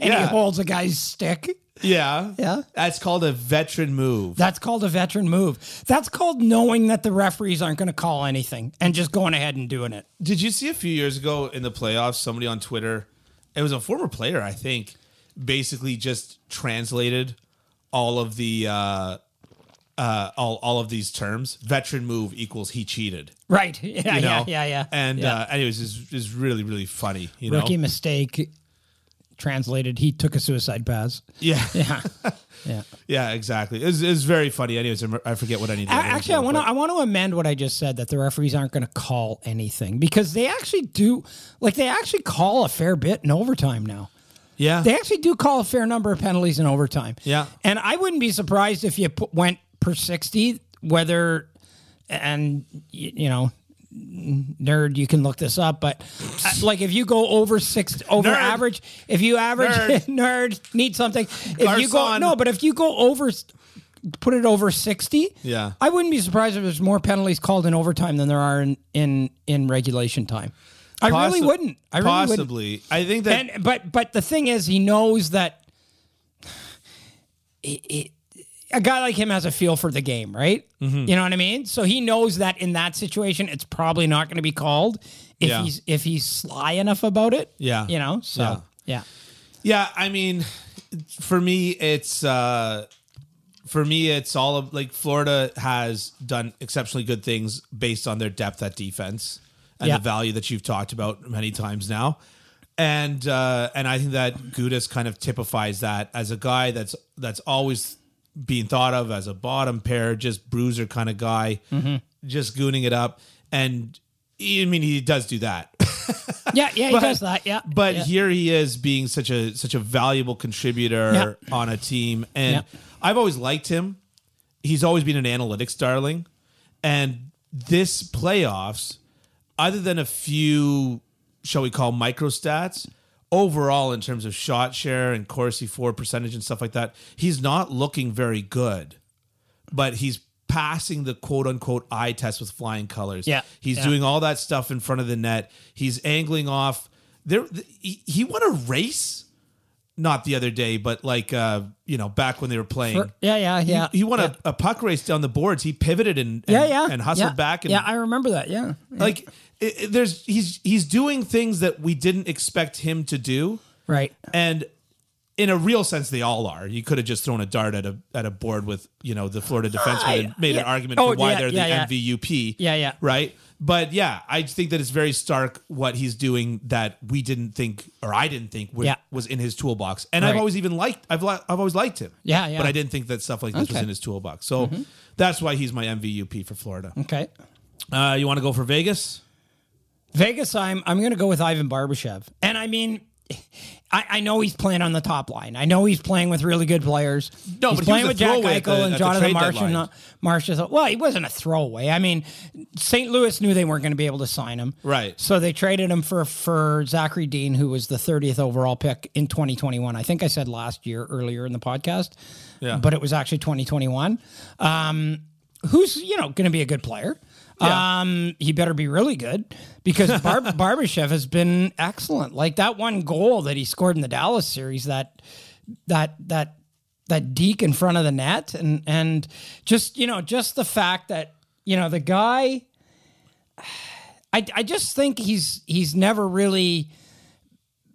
[SPEAKER 2] he
[SPEAKER 1] Yeah.
[SPEAKER 2] holds a guy's stick.
[SPEAKER 1] yeah,
[SPEAKER 2] Yeah.
[SPEAKER 1] That's called a veteran move.
[SPEAKER 2] That's called a veteran move. That's called knowing that the referees aren't going to call anything and just going ahead and doing it.
[SPEAKER 1] Did you see a few years ago in the playoffs? Somebody on Twitter, it was a former player, I think, basically just translated all of the uh, uh, all all of these terms. Veteran move equals he cheated.
[SPEAKER 2] Right? Yeah.
[SPEAKER 1] You know?
[SPEAKER 2] Uh, Yeah. Yeah. Yeah.
[SPEAKER 1] And
[SPEAKER 2] Yeah.
[SPEAKER 1] uh, anyways, is is really really funny. You know,
[SPEAKER 2] rookie mistake translated he took a suicide pass
[SPEAKER 1] yeah,
[SPEAKER 2] yeah yeah
[SPEAKER 1] yeah, exactly. It's it's very funny. Anyways, I'm- I forget what I need. to
[SPEAKER 2] actually i want to i want to amend what i just said that the referees aren't going to call anything because they actually do like they actually call a fair bit in overtime now
[SPEAKER 1] Yeah,
[SPEAKER 2] they actually do call a fair number of penalties in overtime
[SPEAKER 1] Yeah.
[SPEAKER 2] and i wouldn't be surprised if you put, went per 60 whether and y- you know nerd you can look this up but uh, like if you go over six over
[SPEAKER 1] Nerd.
[SPEAKER 2] average if you average
[SPEAKER 1] Nerd.
[SPEAKER 2] nerd, need something if you go
[SPEAKER 1] Garcon.
[SPEAKER 2] no but if you go over s- put it over 60
[SPEAKER 1] Yeah.
[SPEAKER 2] i wouldn't be surprised if there's more penalties called in overtime than there are in in in regulation time i really
[SPEAKER 1] Possi-
[SPEAKER 2] wouldn't i really wouldn't
[SPEAKER 1] possibly. I think that
[SPEAKER 2] and but but the thing is, he knows that it, it, a guy like him has a feel for the game, right?
[SPEAKER 1] Mm-hmm.
[SPEAKER 2] You know what I mean. So he knows that in that situation, it's probably not going to be called if
[SPEAKER 1] Yeah.
[SPEAKER 2] he's if he's sly enough about it.
[SPEAKER 1] Yeah.
[SPEAKER 2] you know. So
[SPEAKER 1] Yeah.
[SPEAKER 2] yeah,
[SPEAKER 1] Yeah, I mean, for me, it's uh, for me, it's all of like Florida has done exceptionally good things based on their depth at defense and
[SPEAKER 2] Yeah.
[SPEAKER 1] the value that you've talked about many times now. and uh, and I think that Gudis kind of typifies that as a guy that's that's always being thought of as a bottom pair, just bruiser kind of guy, just gooning it up. And I mean, he does do that,
[SPEAKER 2] Yeah, yeah, he does that. Yeah,
[SPEAKER 1] but
[SPEAKER 2] yeah.
[SPEAKER 1] here he is being such a such a valuable contributor on a team, and
[SPEAKER 2] Yeah.
[SPEAKER 1] I've always liked him. He's always been an analytics darling, and this playoffs, other than a few, shall we call micro stats, overall in terms of shot share and Corsi four percentage and stuff like that, he's not looking very good, but he's passing the quote unquote eye test with flying colors.
[SPEAKER 2] Yeah.
[SPEAKER 1] he's
[SPEAKER 2] Yeah.
[SPEAKER 1] doing doing all that stuff in front of the net. He's angling off. There, th- he, he won a race, not the other day, but like uh, you know, back when they were playing.
[SPEAKER 2] yeah, yeah, yeah.
[SPEAKER 1] he won a, a puck race down the boards. He pivoted and, and
[SPEAKER 2] yeah, yeah,
[SPEAKER 1] and hustled
[SPEAKER 2] yeah.
[SPEAKER 1] back. And
[SPEAKER 2] yeah, I remember that. Yeah,
[SPEAKER 1] like it, it- there's he's he's doing things that we didn't expect him to do,
[SPEAKER 2] right.
[SPEAKER 1] and. In a real sense, they all are. You could have just thrown a dart at a at a board with you know the Florida defenseman and made
[SPEAKER 2] Ah, yeah.
[SPEAKER 1] an argument
[SPEAKER 2] Oh,
[SPEAKER 1] for why
[SPEAKER 2] yeah,
[SPEAKER 1] they're
[SPEAKER 2] yeah, yeah.
[SPEAKER 1] the MVUP.
[SPEAKER 2] Yeah, yeah.
[SPEAKER 1] Right. But yeah, I just think that it's very stark what he's doing that we didn't think, or I didn't think, was,
[SPEAKER 2] Yeah.
[SPEAKER 1] was in his toolbox. And I've
[SPEAKER 2] Right.
[SPEAKER 1] always even liked, I've li- I've always liked him.
[SPEAKER 2] Yeah, yeah.
[SPEAKER 1] But I didn't think that stuff like this was
[SPEAKER 2] Okay. Mm-hmm.
[SPEAKER 1] in his toolbox. So that's why he's my MVUP for Florida.
[SPEAKER 2] Okay.
[SPEAKER 1] Uh, you want to go for Vegas?
[SPEAKER 2] Vegas, I'm I'm going to go with Ivan Barbashev, and I mean, I, I know he's playing on the top line. I know he's playing with really good players.
[SPEAKER 1] No,
[SPEAKER 2] he's
[SPEAKER 1] but he
[SPEAKER 2] playing
[SPEAKER 1] was a
[SPEAKER 2] with Jack
[SPEAKER 1] throwaway
[SPEAKER 2] Eichel
[SPEAKER 1] at the-
[SPEAKER 2] and
[SPEAKER 1] at the
[SPEAKER 2] Jonathan
[SPEAKER 1] trade
[SPEAKER 2] Marsh. and
[SPEAKER 1] deadline.
[SPEAKER 2] not- Marsh is well, he wasn't a throwaway. I mean, St. Louis knew they weren't going to be able to sign him,
[SPEAKER 1] Right.
[SPEAKER 2] So they traded him for for Zachary Dean, who was the 30th overall pick in 2021. I think I said last year earlier in the podcast,
[SPEAKER 1] Yeah.
[SPEAKER 2] but it was actually 2021. Um, who's you know going to be a good player?
[SPEAKER 1] Yeah.
[SPEAKER 2] Um, he better be really good because Bar- Barbashev has been excellent. Like that one goal that he scored in the Dallas series, that that that that deke in front of the net, and and just you know just the fact that you know the guy. I, I just think he's he's never really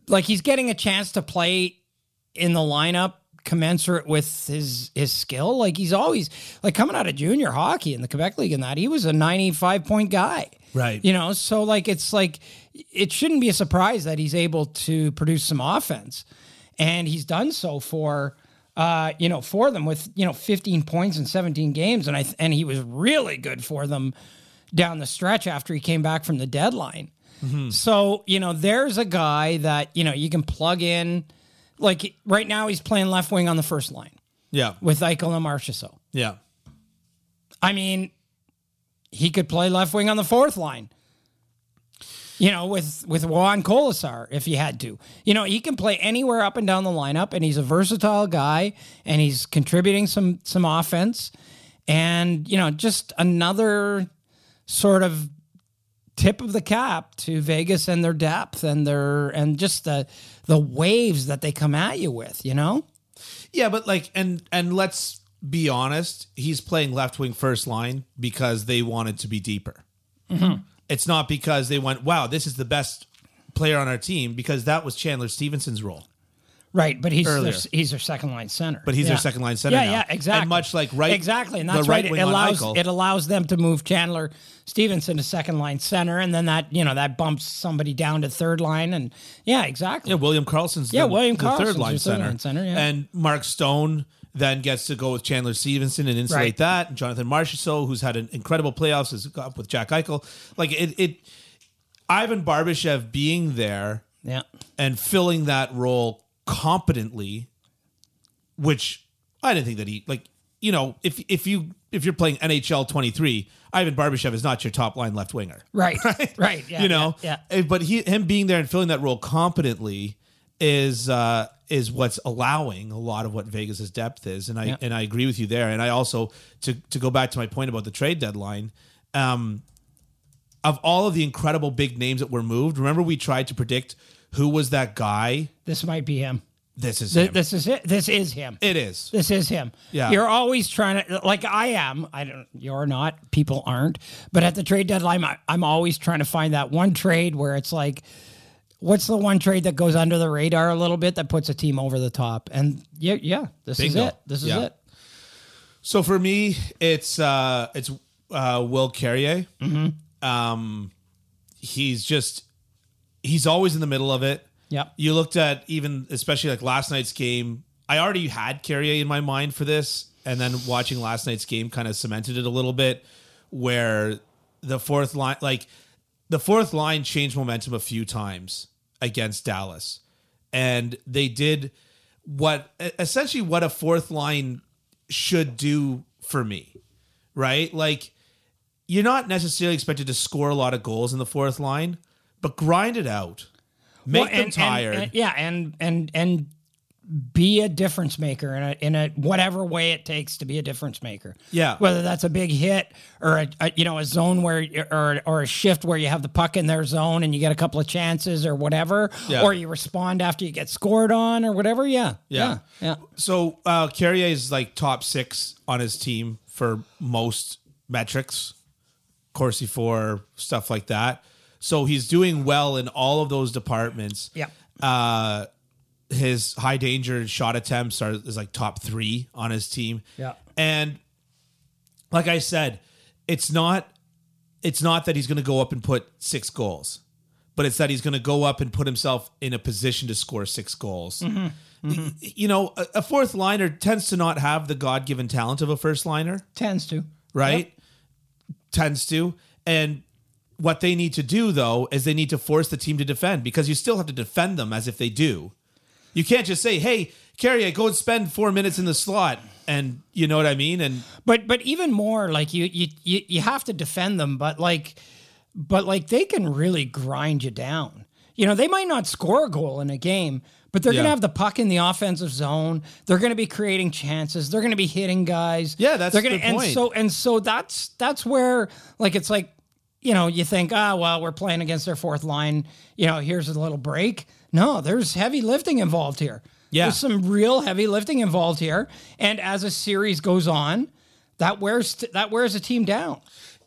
[SPEAKER 2] like he's getting a chance to play in the lineup commensurate with his his skill. Like he's always like coming out of junior hockey in the Quebec League and that he was a 95 point guy.
[SPEAKER 1] Right.
[SPEAKER 2] You know, so like it's like it shouldn't be a surprise that he's able to produce some offense. And he's done so for uh, you know, for them with, you know, 15 points in 17 games and I th- and he was really good for them down the stretch after he came back from the deadline. Hmm. So, you know, there's a guy that, you know, you can plug in. Like right now, he's playing left wing on the first line
[SPEAKER 1] Yeah.
[SPEAKER 2] with Eichel and Marchessault.
[SPEAKER 1] Yeah.
[SPEAKER 2] I mean, he could play left wing on the fourth line. You know, with with Juan Colasar if he had to. You know, he can play anywhere up and down the lineup, and he's a versatile guy, and he's contributing some some offense, and you know, just another sort of tip of the cap to Vegas and their depth and their and just the the waves that they come at you with. You know,
[SPEAKER 1] Yeah, but like, and and let's be honest, he's playing left wing first line because they wanted to be deeper.
[SPEAKER 2] Mm-hmm.
[SPEAKER 1] It's not because they went, wow, this is the best player on our team because that was Chandler Stevenson's role,
[SPEAKER 2] Right, but he's
[SPEAKER 1] Earlier.
[SPEAKER 2] their, he's their second line center.
[SPEAKER 1] but he's
[SPEAKER 2] Yeah.
[SPEAKER 1] their second line center.
[SPEAKER 2] Yeah,
[SPEAKER 1] now.
[SPEAKER 2] yeah, exactly.
[SPEAKER 1] And much like right,
[SPEAKER 2] exactly, and
[SPEAKER 1] the
[SPEAKER 2] that's right.
[SPEAKER 1] right
[SPEAKER 2] It
[SPEAKER 1] wing on
[SPEAKER 2] allows
[SPEAKER 1] Eichel.
[SPEAKER 2] it allows them to move Chandler Stevenson to second line center, and then that you know that bumps somebody down to third line, and yeah, exactly.
[SPEAKER 1] Yeah, William Carlson's
[SPEAKER 2] Yeah,
[SPEAKER 1] the,
[SPEAKER 2] William
[SPEAKER 1] the
[SPEAKER 2] Carlson's
[SPEAKER 1] third line
[SPEAKER 2] your third
[SPEAKER 1] center.
[SPEAKER 2] line center, yeah.
[SPEAKER 1] And Mark Stone then gets to go with Chandler Stevenson and insulate
[SPEAKER 2] Right.
[SPEAKER 1] that. And Jonathan Marchessault, who's had an incredible playoffs, is up with Jack Eichel. Like it, it Ivan Barbashev being there
[SPEAKER 2] yeah,
[SPEAKER 1] and filling that role competently, which I didn't think that he like. You know, if if you if you're playing NHL 23, Ivan Barbashev is not your top line left winger
[SPEAKER 2] right, right, yeah,
[SPEAKER 1] you know,
[SPEAKER 2] yeah, yeah.
[SPEAKER 1] Eh, But he, him being there and filling that role competently is uh, is what's allowing a lot of what Vegas's depth is, and I
[SPEAKER 2] Yeah.
[SPEAKER 1] and I agree with you there. And I also to to go back to my point about the trade deadline. Um, of all of the incredible big names that were moved, remember we tried to predict who was that guy.
[SPEAKER 2] This might be him.
[SPEAKER 1] This is
[SPEAKER 2] Th-
[SPEAKER 1] him.
[SPEAKER 2] This is it. This is him.
[SPEAKER 1] it is.
[SPEAKER 2] This is him.
[SPEAKER 1] Yeah.
[SPEAKER 2] You're always trying to, like I am. I don't, you're not, people aren't. But at the trade deadline, I, I'm always trying to find that one trade where it's like, what's the one trade that goes under the radar a little bit that puts a team over the top? And yeah, yeah, this
[SPEAKER 1] Bingo.
[SPEAKER 2] is it. This is
[SPEAKER 1] Yeah.
[SPEAKER 2] it.
[SPEAKER 1] So for me, it's uh, it's uh, Will Carrier. Um, he's just he's always in the middle of it.
[SPEAKER 2] Yep.
[SPEAKER 1] You looked at even especially like last night's game. I already had Carrier in my mind for this, and then watching last night's game kind of cemented it a little bit, where the fourth line, like the fourth line, changed momentum a few times against Dallas, and they did what e, essentially what a fourth line should do for me, right? Like you're not necessarily expected to score a lot of goals in the fourth line, but grind it out. Make
[SPEAKER 2] Well,
[SPEAKER 1] them tired.
[SPEAKER 2] and- yeah, and and and be a difference maker in a in a whatever way it takes to be a difference maker.
[SPEAKER 1] Yeah.
[SPEAKER 2] whether that's a big hit or a, a you know a zone where you- or or a shift where you have the puck in their zone and you get a couple of chances or whatever,
[SPEAKER 1] Yeah.
[SPEAKER 2] or you respond after you get scored on or whatever. Yeah,
[SPEAKER 1] Yeah.
[SPEAKER 2] yeah.
[SPEAKER 1] so uh, Carrier is like top six on his team for most metrics, Corsi four stuff like that. So he's doing well in all of those departments.
[SPEAKER 2] yeah.
[SPEAKER 1] Uh, his high danger shot attempts are is like top three on his team.
[SPEAKER 2] Yeah.
[SPEAKER 1] and like I said, it's not it's not that he's going to go up and put six goals, but it's that he's going to go up and put himself in a position to score six goals. You know, a, a fourth liner tends to not have the God given talent of a first liner
[SPEAKER 2] tends to.
[SPEAKER 1] right? Tends to. And what they need to do though is they need to force the team to defend because you still have to defend them as if they do. You can't just say, "Hey, Carrier, go and spend four minutes in the slot," and you know what I mean. And
[SPEAKER 2] But but even more like you you you, you have to defend them, but like but like they can really grind you down. You know, they might not score a goal in a game, but they're going
[SPEAKER 1] Yeah.
[SPEAKER 2] to have the puck in the offensive zone. They're going to be creating chances. They're going to be hitting guys.
[SPEAKER 1] Yeah, that's
[SPEAKER 2] they're gonna,
[SPEAKER 1] the
[SPEAKER 2] and
[SPEAKER 1] point.
[SPEAKER 2] so and so that's that's where like it's like you know you think ah well we're playing against their fourth line. You know, here's a little break. No, there's heavy lifting involved here.
[SPEAKER 1] Yeah.
[SPEAKER 2] There's some real heavy lifting involved here. And as a series goes on, that wears that wears a team down.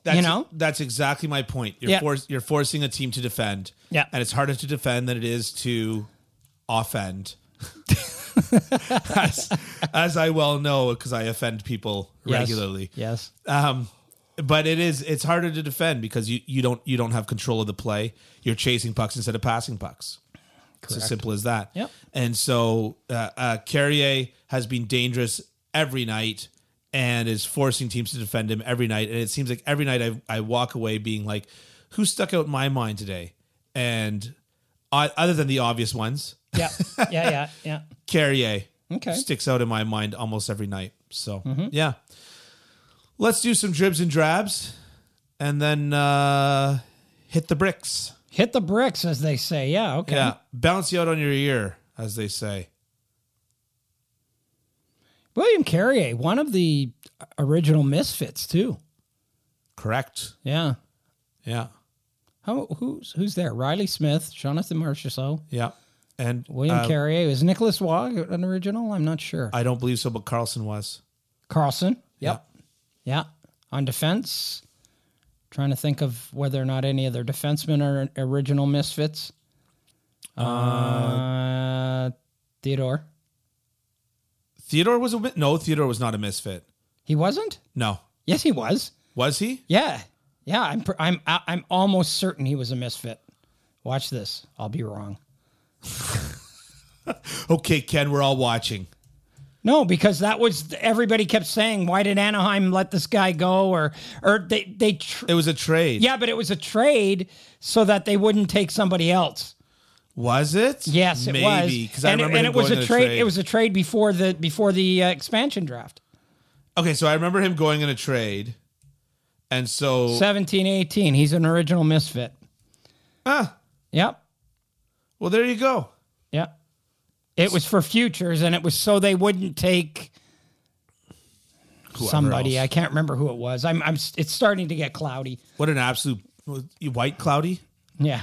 [SPEAKER 1] that's,
[SPEAKER 2] you know,
[SPEAKER 1] that's exactly my point. You're
[SPEAKER 2] Yeah.
[SPEAKER 1] forc- you're forcing a team to defend.
[SPEAKER 2] Yeah.
[SPEAKER 1] and it's harder to defend than it is to offend. as, as I well know, because I offend people regularly.
[SPEAKER 2] Yes.
[SPEAKER 1] but it is it's harder to defend because you you don't you don't have control of the play. You're chasing pucks instead of passing pucks. It's as simple as that.
[SPEAKER 2] Yep.
[SPEAKER 1] And so uh, uh, Carrier has been dangerous every night and is forcing teams to defend him every night. And it seems like every night I I walk away being like, who stuck out in my mind today? And I, other than the obvious ones,
[SPEAKER 2] yeah. Yeah. Yeah. Yeah.
[SPEAKER 1] Carrier
[SPEAKER 2] Okay. Mm-hmm.
[SPEAKER 1] sticks out in my mind almost every night. So yeah, let's do some dribs and drabs, and then uh, hit the bricks.
[SPEAKER 2] Hit the bricks, as they say. Yeah. Okay.
[SPEAKER 1] Yeah, bounce you out on your ear, as they say.
[SPEAKER 2] William Carrier, one of the original misfits too.
[SPEAKER 1] Correct.
[SPEAKER 2] Yeah.
[SPEAKER 1] Yeah,
[SPEAKER 2] How, who's who's there? Riley Smith, Jonathan Marchessault,
[SPEAKER 1] yeah, and
[SPEAKER 2] William
[SPEAKER 1] uh,
[SPEAKER 2] Carrier. Is Nicholas Waugh an original? I'm not sure.
[SPEAKER 1] I don't believe so, but Carlson was.
[SPEAKER 2] Carlson.
[SPEAKER 1] Yep.
[SPEAKER 2] Yeah. On defense, trying to think of whether or not any of their defensemen are original misfits. Uh,
[SPEAKER 1] Uh,
[SPEAKER 2] Theodore.
[SPEAKER 1] Theodore was a mi- no. Theodore was not a misfit.
[SPEAKER 2] He wasn't?
[SPEAKER 1] No,
[SPEAKER 2] Yes, he was.
[SPEAKER 1] was he?
[SPEAKER 2] Yeah. Yeah, I'm pr- I'm I- I'm almost certain he was a misfit. Watch this. I'll be wrong.
[SPEAKER 1] Okay, Ken, we're all watching.
[SPEAKER 2] No, because that was everybody kept saying, "Why did Anaheim let this guy go?" Or, or they they tr-
[SPEAKER 1] It was a trade.
[SPEAKER 2] yeah, but it was a trade so that they wouldn't take somebody else.
[SPEAKER 1] was it?
[SPEAKER 2] Yes, it
[SPEAKER 1] maybe,
[SPEAKER 2] was.
[SPEAKER 1] because I
[SPEAKER 2] And-
[SPEAKER 1] remember
[SPEAKER 2] and
[SPEAKER 1] him
[SPEAKER 2] it was
[SPEAKER 1] going
[SPEAKER 2] a
[SPEAKER 1] to the
[SPEAKER 2] trade, It was a trade before the before the uh, expansion draft.
[SPEAKER 1] Okay, so I remember him going in a trade, and so
[SPEAKER 2] Seventeen, eighteen. He's an original misfit.
[SPEAKER 1] ah,
[SPEAKER 2] Yep.
[SPEAKER 1] well, there you go.
[SPEAKER 2] Yep. It was for futures, and it was so they wouldn't take
[SPEAKER 1] Whoever
[SPEAKER 2] somebody.
[SPEAKER 1] else.
[SPEAKER 2] I can't remember who it was. I'm. I'm. s- It's starting to get cloudy.
[SPEAKER 1] What an absolute white cloudy.
[SPEAKER 2] Yeah.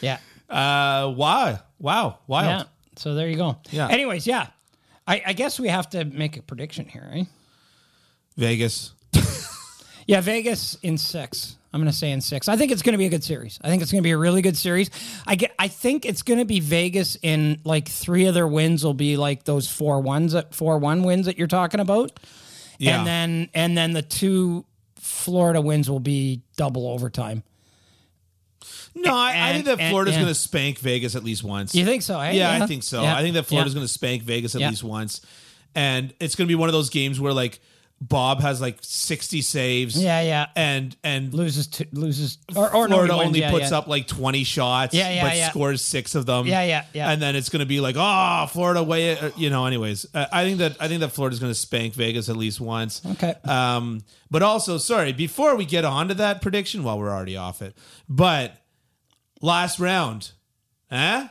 [SPEAKER 2] yeah.
[SPEAKER 1] Uh, wow, wow,
[SPEAKER 2] Yeah.
[SPEAKER 1] wild.
[SPEAKER 2] So there you go.
[SPEAKER 1] Yeah.
[SPEAKER 2] Anyways, yeah. I, I guess we have to make a prediction here, eh? right?
[SPEAKER 1] Vegas.
[SPEAKER 2] Yeah, Vegas in six. I'm going to say in six. I think it's going to be a good series. I think it's going to be a really good series. I get. I think it's going to be Vegas in like three of their wins will be like those four ones that four one wins that you're talking about,
[SPEAKER 1] Yeah,
[SPEAKER 2] and then and then the two Florida wins will be double overtime.
[SPEAKER 1] No, I, I think
[SPEAKER 2] And-
[SPEAKER 1] that
[SPEAKER 2] and-
[SPEAKER 1] Florida's
[SPEAKER 2] yeah.
[SPEAKER 1] going to spank Vegas at least once.
[SPEAKER 2] You think so, eh?
[SPEAKER 1] Yeah, I
[SPEAKER 2] Yeah.
[SPEAKER 1] think so.
[SPEAKER 2] Yeah.
[SPEAKER 1] I think that Florida's
[SPEAKER 2] Yeah.
[SPEAKER 1] going to spank Vegas at
[SPEAKER 2] Yeah.
[SPEAKER 1] least once, and it's going to be one of those games where like Bob has like sixty saves.
[SPEAKER 2] Yeah, yeah.
[SPEAKER 1] and and
[SPEAKER 2] loses to, loses or, or no,
[SPEAKER 1] Florida
[SPEAKER 2] he wins.
[SPEAKER 1] only
[SPEAKER 2] Yeah,
[SPEAKER 1] puts
[SPEAKER 2] yeah.
[SPEAKER 1] up like twenty shots.
[SPEAKER 2] Yeah, yeah,
[SPEAKER 1] but
[SPEAKER 2] yeah.
[SPEAKER 1] scores six of them.
[SPEAKER 2] Yeah, yeah, yeah.
[SPEAKER 1] And then it's going to be like, oh, Florida way. uh, You know. Anyways, uh, I think that I think that Florida's going to spank Vegas at least once.
[SPEAKER 2] Okay.
[SPEAKER 1] Um, but also, sorry, before we get on to that prediction, well, we're already off it. But last round, eh?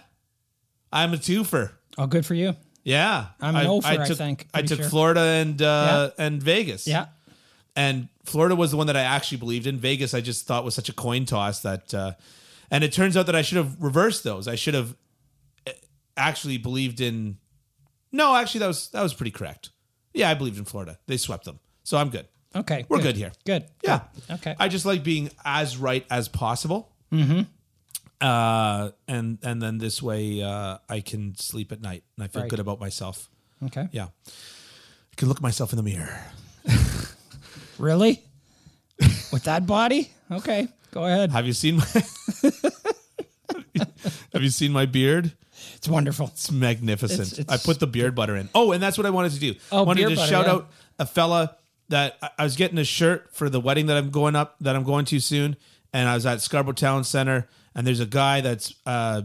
[SPEAKER 1] I'm a twofer.
[SPEAKER 2] Oh, good for you.
[SPEAKER 1] Yeah,
[SPEAKER 2] I'm an ofer, I
[SPEAKER 1] took,
[SPEAKER 2] think,
[SPEAKER 1] I
[SPEAKER 2] pretty
[SPEAKER 1] took
[SPEAKER 2] sure.
[SPEAKER 1] Florida and uh, and Vegas.
[SPEAKER 2] Yeah.
[SPEAKER 1] and Florida was the one that I actually believed in. Vegas, I just thought was such a coin toss that. Uh, and it turns out that I should have reversed those. I should have uh, actually believed in. No, actually, that was that was pretty correct. Yeah, I believed in Florida. They swept them, so I'm good.
[SPEAKER 2] Okay.
[SPEAKER 1] We're good here.
[SPEAKER 2] Good.
[SPEAKER 1] Yeah.
[SPEAKER 2] Good. Okay.
[SPEAKER 1] I just like being as right as possible. Mm-hmm. Uh, and and then this way, uh, I can sleep at night and I feel
[SPEAKER 2] Right.
[SPEAKER 1] good about myself.
[SPEAKER 2] okay.
[SPEAKER 1] Yeah, I can look myself in the mirror.
[SPEAKER 2] Really? With that body? Okay. Go ahead.
[SPEAKER 1] Have you seen my? Have you seen my beard?
[SPEAKER 2] It's wonderful.
[SPEAKER 1] It's magnificent.
[SPEAKER 2] It's- it's-
[SPEAKER 1] I put the beard butter in. Oh, and that's what I wanted to do.
[SPEAKER 2] Oh,
[SPEAKER 1] wanted
[SPEAKER 2] beard
[SPEAKER 1] to
[SPEAKER 2] butter,
[SPEAKER 1] shout
[SPEAKER 2] yeah.
[SPEAKER 1] out a fella that I- I was getting a shirt for the wedding that I'm going up that I'm going to soon, and I was at Scarborough Town Center, and there's a guy that's uh,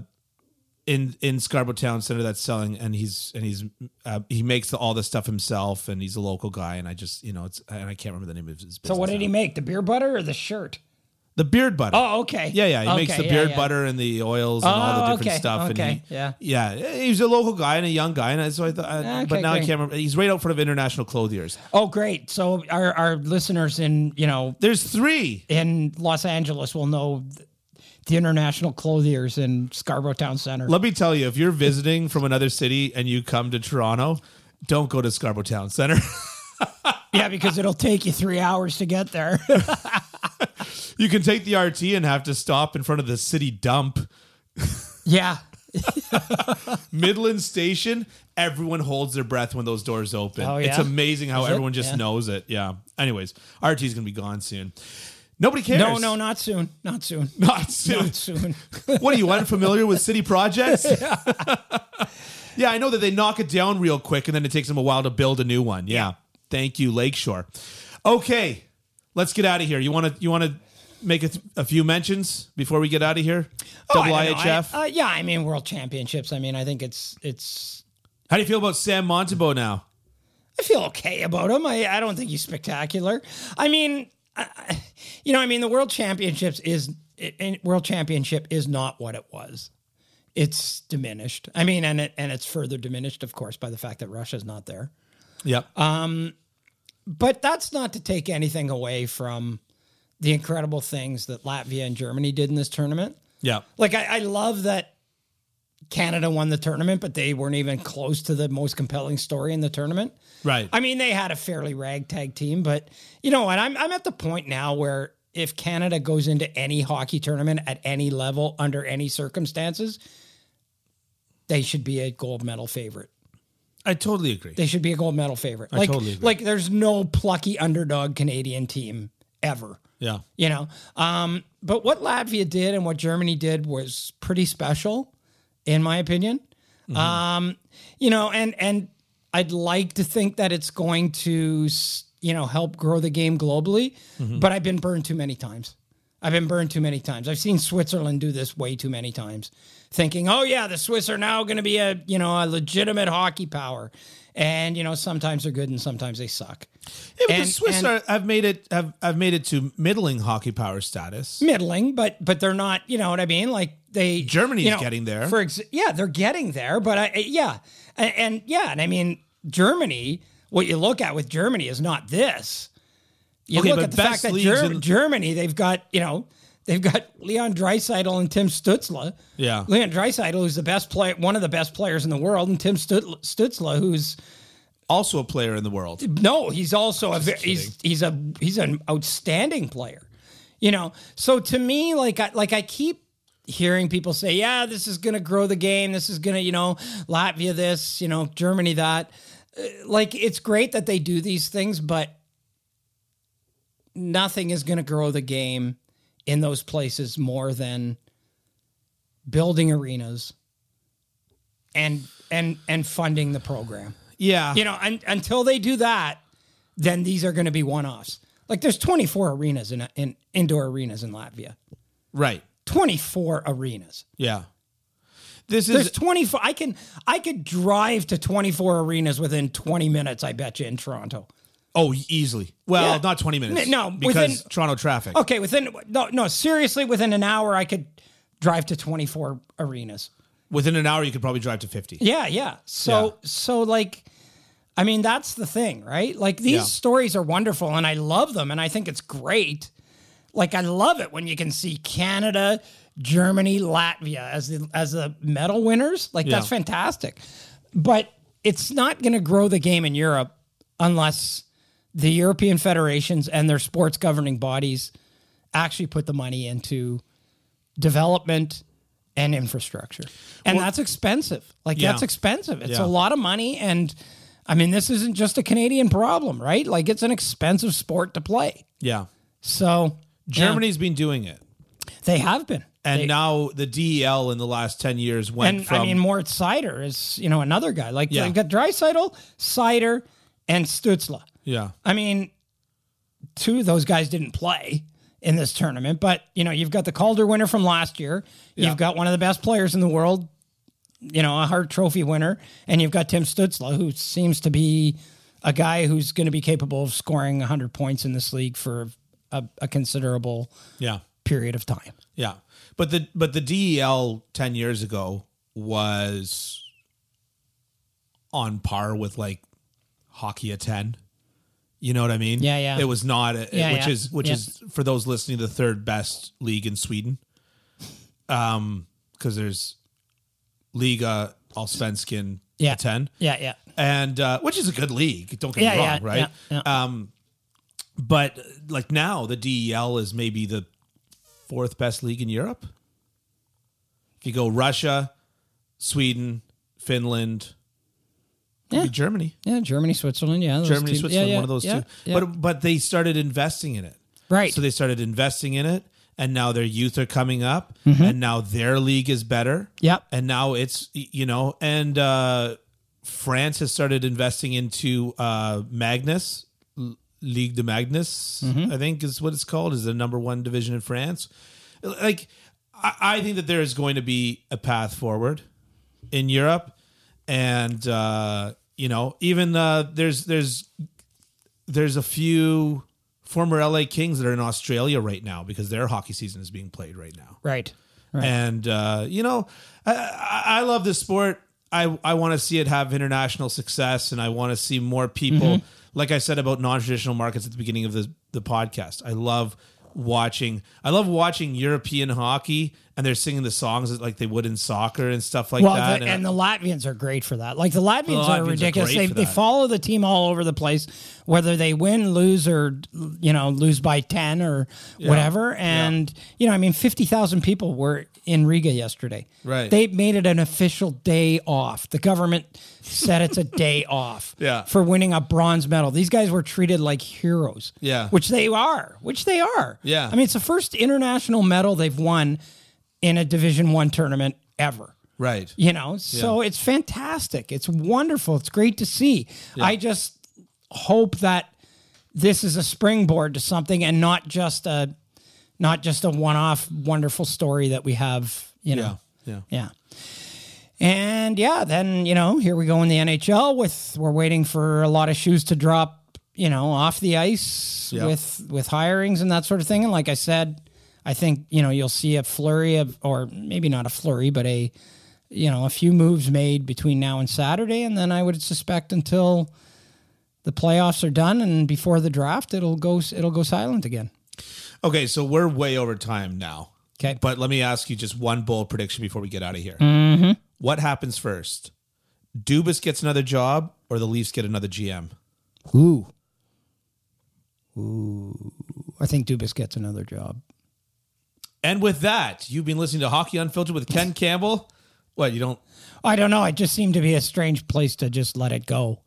[SPEAKER 1] in in Scarborough Town Center that's selling, and he's and he's uh, he makes all the stuff himself, and he's a local guy, and I just you know it's and I can't remember the name of his.
[SPEAKER 2] So
[SPEAKER 1] Business
[SPEAKER 2] what did he
[SPEAKER 1] now.
[SPEAKER 2] make? The beer butter or the shirt?
[SPEAKER 1] The beard butter.
[SPEAKER 2] Oh, okay.
[SPEAKER 1] Yeah, yeah. He makes
[SPEAKER 2] Okay,
[SPEAKER 1] the
[SPEAKER 2] yeah,
[SPEAKER 1] beard
[SPEAKER 2] yeah.
[SPEAKER 1] butter and the oils and all the
[SPEAKER 2] Oh,
[SPEAKER 1] different
[SPEAKER 2] okay,
[SPEAKER 1] stuff. And
[SPEAKER 2] okay,
[SPEAKER 1] he,
[SPEAKER 2] yeah.
[SPEAKER 1] yeah. He was a local guy and a young guy, and so I thought. I-
[SPEAKER 2] Okay,
[SPEAKER 1] but now I
[SPEAKER 2] great.
[SPEAKER 1] can't remember. He's right out front of International Clothiers.
[SPEAKER 2] Oh, great. So our our listeners in you know
[SPEAKER 1] There's three.
[SPEAKER 2] in Los Angeles will know th- the international clothiers in Scarborough Town Center.
[SPEAKER 1] Let me tell you, if you're visiting from another city and you come to Toronto, don't go to Scarborough Town Center.
[SPEAKER 2] yeah, because it'll take you three hours to get there.
[SPEAKER 1] you can take the RT and have to stop in front of the city dump,
[SPEAKER 2] yeah.
[SPEAKER 1] Midland Station. Everyone holds their breath when those doors open.
[SPEAKER 2] Oh,
[SPEAKER 1] It's
[SPEAKER 2] yeah?
[SPEAKER 1] amazing how
[SPEAKER 2] Is it?
[SPEAKER 1] everyone just
[SPEAKER 2] Yeah.
[SPEAKER 1] knows it. Yeah. Anyways, RT's gonna be gone soon. Nobody cares.
[SPEAKER 2] No, no, not soon. Not soon.
[SPEAKER 1] Not soon.
[SPEAKER 2] Not soon.
[SPEAKER 1] what are you unfamiliar with city projects? yeah. I know that they knock it down real quick and then it takes them a while to build a new one. Yeah. Thank you, Lakeshore. Okay, let's get out of here. You want to you want to make a, th- a few mentions before we get out of here?
[SPEAKER 2] Oh, I
[SPEAKER 1] Double
[SPEAKER 2] don't know. I-
[SPEAKER 1] IHF.
[SPEAKER 2] uh, yeah, I mean world championships. I mean, I think it's it's
[SPEAKER 1] How do you feel about Sam Montebo now?
[SPEAKER 2] I feel okay about him. I, I don't think he's spectacular. I mean, I, I- you know, I mean, the world championships is it, and world championship is not what it was. It's diminished. I mean, and it and it's further diminished, of course, by the fact that Russia's not there.
[SPEAKER 1] Yep.
[SPEAKER 2] But that's not to take anything away from the incredible things that Latvia and Germany did in this tournament.
[SPEAKER 1] yep.
[SPEAKER 2] Like I, I love that Canada won the tournament, but they weren't even close to the most compelling story in the tournament.
[SPEAKER 1] Right.
[SPEAKER 2] I mean, they had a fairly ragtag team, but you know what? I'm I'm at the point now where if Canada goes into any hockey tournament at any level under any circumstances, they should be a gold medal favorite.
[SPEAKER 1] I totally agree.
[SPEAKER 2] They should be a gold medal favorite. like,
[SPEAKER 1] totally agree.
[SPEAKER 2] like there's no plucky underdog Canadian team ever
[SPEAKER 1] yeah.
[SPEAKER 2] you know. Um, but what Latvia did and what Germany did was pretty special, in my opinion. Um, you know, and and I'd like to think that it's going to s- you know help grow the game globally, but I've been burned too many times. I've been burned too many times. I've seen Switzerland do this way too many times, thinking, "Oh yeah, the Swiss are now going to be a you know a legitimate hockey power," and you know sometimes they're good and sometimes they suck.
[SPEAKER 1] Yeah, but
[SPEAKER 2] And-
[SPEAKER 1] the Swiss
[SPEAKER 2] and-
[SPEAKER 1] are, have made it have, have made it to middling hockey power status.
[SPEAKER 2] middling, but but they're not. You know what I mean? Like they
[SPEAKER 1] Germany's
[SPEAKER 2] you know,
[SPEAKER 1] getting there.
[SPEAKER 2] For ex- yeah, they're getting there. But I, I- yeah, and, and yeah, and I mean Germany. What you look at with Germany is not this. You
[SPEAKER 1] Okay,
[SPEAKER 2] look
[SPEAKER 1] but
[SPEAKER 2] at the
[SPEAKER 1] best
[SPEAKER 2] fact that
[SPEAKER 1] leagues
[SPEAKER 2] Ger-
[SPEAKER 1] in-
[SPEAKER 2] Germany, they've got you know they've got Leon Dreisaitl and Tim Stutzla.
[SPEAKER 1] Yeah.
[SPEAKER 2] Leon Dreisaitl, who's the best play, one of the best players in the world, and Tim Stutz- Stutzla, who's
[SPEAKER 1] Also a player in the world.
[SPEAKER 2] no, he's also a ve- he's he's a he's an outstanding player. You know, so to me, like I like I keep hearing people say, "Yeah, this is going to grow the game. This is going to you know Latvia this, you know Germany that." Uh, Like it's great that they do these things, but nothing is going to grow the game in those places more than building arenas and and and funding the program.
[SPEAKER 1] Yeah.
[SPEAKER 2] You know, un until they do that, then these are going to be one-offs. Like there's 24 arenas in in indoor arenas in Latvia.
[SPEAKER 1] Right.
[SPEAKER 2] 24 arenas.
[SPEAKER 1] Yeah. This
[SPEAKER 2] There's
[SPEAKER 1] is
[SPEAKER 2] 24 I can I could drive to 24 arenas within 20 minutes I bet you in Toronto.
[SPEAKER 1] oh easily. Well,
[SPEAKER 2] Yeah.
[SPEAKER 1] not twenty minutes.
[SPEAKER 2] N- no,
[SPEAKER 1] because
[SPEAKER 2] within-
[SPEAKER 1] Toronto traffic.
[SPEAKER 2] Okay, within no no seriously within an hour I could drive to 24 arenas.
[SPEAKER 1] Within an hour, you could probably drive to fifty.
[SPEAKER 2] Yeah, yeah. So
[SPEAKER 1] Yeah.
[SPEAKER 2] so like I mean that's the thing, right? Like these
[SPEAKER 1] Yeah.
[SPEAKER 2] stories are wonderful and I love them and I think it's great. Like I love it when you can see Canada, Germany, Latvia as the as the medal winners. Like that's
[SPEAKER 1] Yeah.
[SPEAKER 2] fantastic. But it's not going to grow the game in Europe unless the European federations and their sports governing bodies actually put the money into development and infrastructure. And that's expensive. Like
[SPEAKER 1] Yeah.
[SPEAKER 2] that's expensive. It's
[SPEAKER 1] Yeah.
[SPEAKER 2] a lot of money and I mean this isn't just a Canadian problem, right? Like it's an expensive sport to play.
[SPEAKER 1] Yeah.
[SPEAKER 2] So
[SPEAKER 1] Germany's been doing it,
[SPEAKER 2] yeah, they have been.
[SPEAKER 1] and now the DEL in the last ten years went
[SPEAKER 2] and
[SPEAKER 1] from
[SPEAKER 2] I mean Moritz Sider is, you know, another guy. Like
[SPEAKER 1] Yeah.
[SPEAKER 2] they've got Dreisaitl, Sider, and Stutzla.
[SPEAKER 1] yeah.
[SPEAKER 2] I mean, two of those guys didn't play in this tournament, but you know, you've got the Calder winner from last year.
[SPEAKER 1] Yeah.
[SPEAKER 2] You've got one of the best players in the world, you know, a Hart Trophy winner, and you've got Tim Stutzla, who seems to be a guy who's going to be capable of scoring 100 points in this league for a, a considerable
[SPEAKER 1] Yeah.
[SPEAKER 2] period of time.
[SPEAKER 1] Yeah. But the but the DEL ten years ago was on par with like hockey at ten. You know what I mean?
[SPEAKER 2] Yeah, yeah.
[SPEAKER 1] It was not, a,
[SPEAKER 2] Yeah,
[SPEAKER 1] which
[SPEAKER 2] yeah.
[SPEAKER 1] is which
[SPEAKER 2] Yeah.
[SPEAKER 1] is for those listening, the third best league in Sweden. Um, because there's Liga Allsvenskan
[SPEAKER 2] Yeah.
[SPEAKER 1] at ten,
[SPEAKER 2] Yeah, yeah.
[SPEAKER 1] and uh, which is a good league. Don't get
[SPEAKER 2] Yeah,
[SPEAKER 1] me wrong,
[SPEAKER 2] yeah,
[SPEAKER 1] right?
[SPEAKER 2] yeah,
[SPEAKER 1] Um, but like now, the DEL is maybe the fourth best league in Europe. If you go Russia, Sweden, Finland, maybe
[SPEAKER 2] Yeah.
[SPEAKER 1] Germany,
[SPEAKER 2] Yeah, Germany, Switzerland, yeah. those
[SPEAKER 1] Germany,
[SPEAKER 2] teams-
[SPEAKER 1] Switzerland,
[SPEAKER 2] yeah, yeah,
[SPEAKER 1] one of those
[SPEAKER 2] yeah,
[SPEAKER 1] two.
[SPEAKER 2] yeah.
[SPEAKER 1] But but they started investing in it,
[SPEAKER 2] Right.
[SPEAKER 1] So they started investing in it, and now their youth are coming up, and now their league is better.
[SPEAKER 2] Yep.
[SPEAKER 1] And now it's y- you know, and uh, France has started investing into uh, Magnus L- Ligue de Magnus, I think is what it's called, is the number one division in France. Like, I, I think that there is going to be a path forward in Europe, and uh, you know, even uh, there's there's there's a few former LA Kings that are in Australia right now because their hockey season is being played right now.
[SPEAKER 2] right.
[SPEAKER 1] And uh, you know, I- I, I love this sport. I I want to see it have international success, and I want to see more people.
[SPEAKER 2] Mm-hmm.
[SPEAKER 1] Like I said about non-traditional markets at the beginning of the the podcast, I love watching. I love watching European hockey, and they're singing the songs that, like they would in soccer and stuff like
[SPEAKER 2] Well,
[SPEAKER 1] that.
[SPEAKER 2] the, and, the Latvians are great for that. Like the Latvians,
[SPEAKER 1] Latvians are
[SPEAKER 2] are ridiculous.
[SPEAKER 1] great
[SPEAKER 2] they
[SPEAKER 1] for
[SPEAKER 2] they
[SPEAKER 1] that.
[SPEAKER 2] follow the team all over the place, whether they win, lose, or you know lose by ten or whatever. And you know, I mean, fifty thousand people were in Riga yesterday.
[SPEAKER 1] Right.
[SPEAKER 2] They made it an official day off. The government said it's a day off.
[SPEAKER 1] Yeah.
[SPEAKER 2] For winning a bronze medal, these guys were treated like heroes.
[SPEAKER 1] Yeah.
[SPEAKER 2] Which they are. Which they are.
[SPEAKER 1] Yeah.
[SPEAKER 2] I mean, it's the first international medal they've won in a Division One tournament ever
[SPEAKER 1] right.
[SPEAKER 2] you know so it's fantastic it's wonderful it's great to see i just hope that this is a springboard to something and not just a not just a one-off wonderful story that we have you know
[SPEAKER 1] Yeah.
[SPEAKER 2] yeah. And yeah, then, you know, here we go in the NHL with we're waiting for a lot of shoes to drop, you know, off the ice
[SPEAKER 1] Yeah.
[SPEAKER 2] with with hirings and that sort of thing. And like I said, I think, you know, you'll see a flurry of or maybe not a flurry, but a you know, a few moves made between now and Saturday and then I would suspect until the playoffs are done and before the draft it'll go it'll go silent again.
[SPEAKER 1] Okay, so we're way over time now.
[SPEAKER 2] Okay.
[SPEAKER 1] But let me ask you just one bold prediction before we get out of here. What happens first? Dubas gets another job or the Leafs get another GM?
[SPEAKER 2] Ooh. Ooh. I think Dubas gets another job.
[SPEAKER 1] And with that, you've been listening to Hockey Unfiltered with Ken Campbell. What, you don't?
[SPEAKER 2] I don't know. It just seemed to be a strange place to just let it go.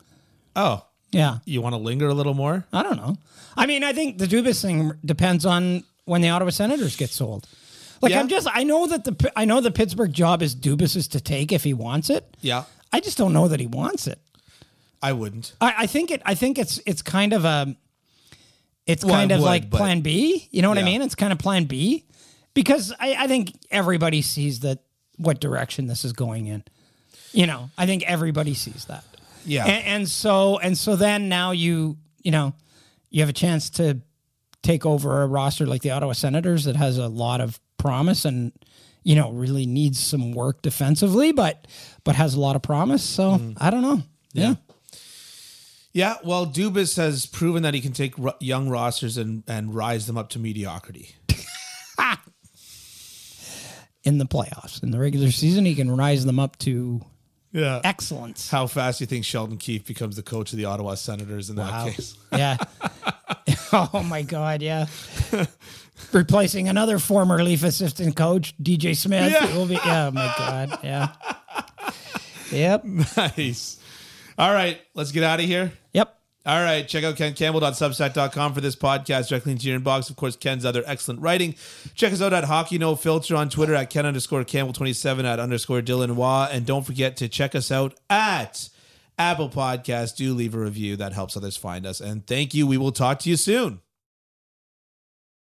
[SPEAKER 1] Oh,
[SPEAKER 2] Yeah.
[SPEAKER 1] you want to linger a little more?
[SPEAKER 2] I don't know. I mean, I think the Dubas thing depends on when the Ottawa Senators get sold. Like
[SPEAKER 1] Yeah.
[SPEAKER 2] I'm just I know that the P- I know the Pittsburgh job is Dubas's to take if he wants it.
[SPEAKER 1] Yeah.
[SPEAKER 2] I just don't know that he wants it.
[SPEAKER 1] I wouldn't.
[SPEAKER 2] I, I think it. I think it's it's kind of a. It's
[SPEAKER 1] Well, I
[SPEAKER 2] kind of
[SPEAKER 1] would,
[SPEAKER 2] like
[SPEAKER 1] but-
[SPEAKER 2] Plan B. You know what I
[SPEAKER 1] Yeah.
[SPEAKER 2] mean? It's kind of Plan B, because I, I think everybody sees that what direction this is going in. You know, I think everybody sees that.
[SPEAKER 1] Yeah.
[SPEAKER 2] and, and so and so then now you you know you have a chance to take over a roster like the Ottawa Senators that has a lot of promise and you know really needs some work defensively, but but has a lot of promise. So
[SPEAKER 1] Mm.
[SPEAKER 2] I don't know. yeah.
[SPEAKER 1] Yeah, well, Dubas has proven that he can take ro- young rosters and, and rise them up to mediocrity.
[SPEAKER 2] in the playoffs. In the regular season, he can rise them up to
[SPEAKER 1] Yeah.
[SPEAKER 2] excellence.
[SPEAKER 1] How fast do you think Sheldon Keefe becomes the coach of the Ottawa Senators in that case?
[SPEAKER 2] Yeah. oh my God. Yeah. Replacing another former Leaf assistant coach, DJ Smith.
[SPEAKER 1] Yeah.
[SPEAKER 2] It will be. Oh my God. Yeah. Yep.
[SPEAKER 1] nice. All right, let's get out of here.
[SPEAKER 2] Yep.
[SPEAKER 1] All right, check out kencampbell.substack.com for this podcast directly into your inbox. Of course, Ken's other excellent writing. Check us out at Hockey No Filter on Twitter at Ken underscore Campbell27 at underscore Dylan Wah. And don't forget to check us out at Apple Podcast. Do leave a review. That helps others find us. And thank you. We will talk to you soon.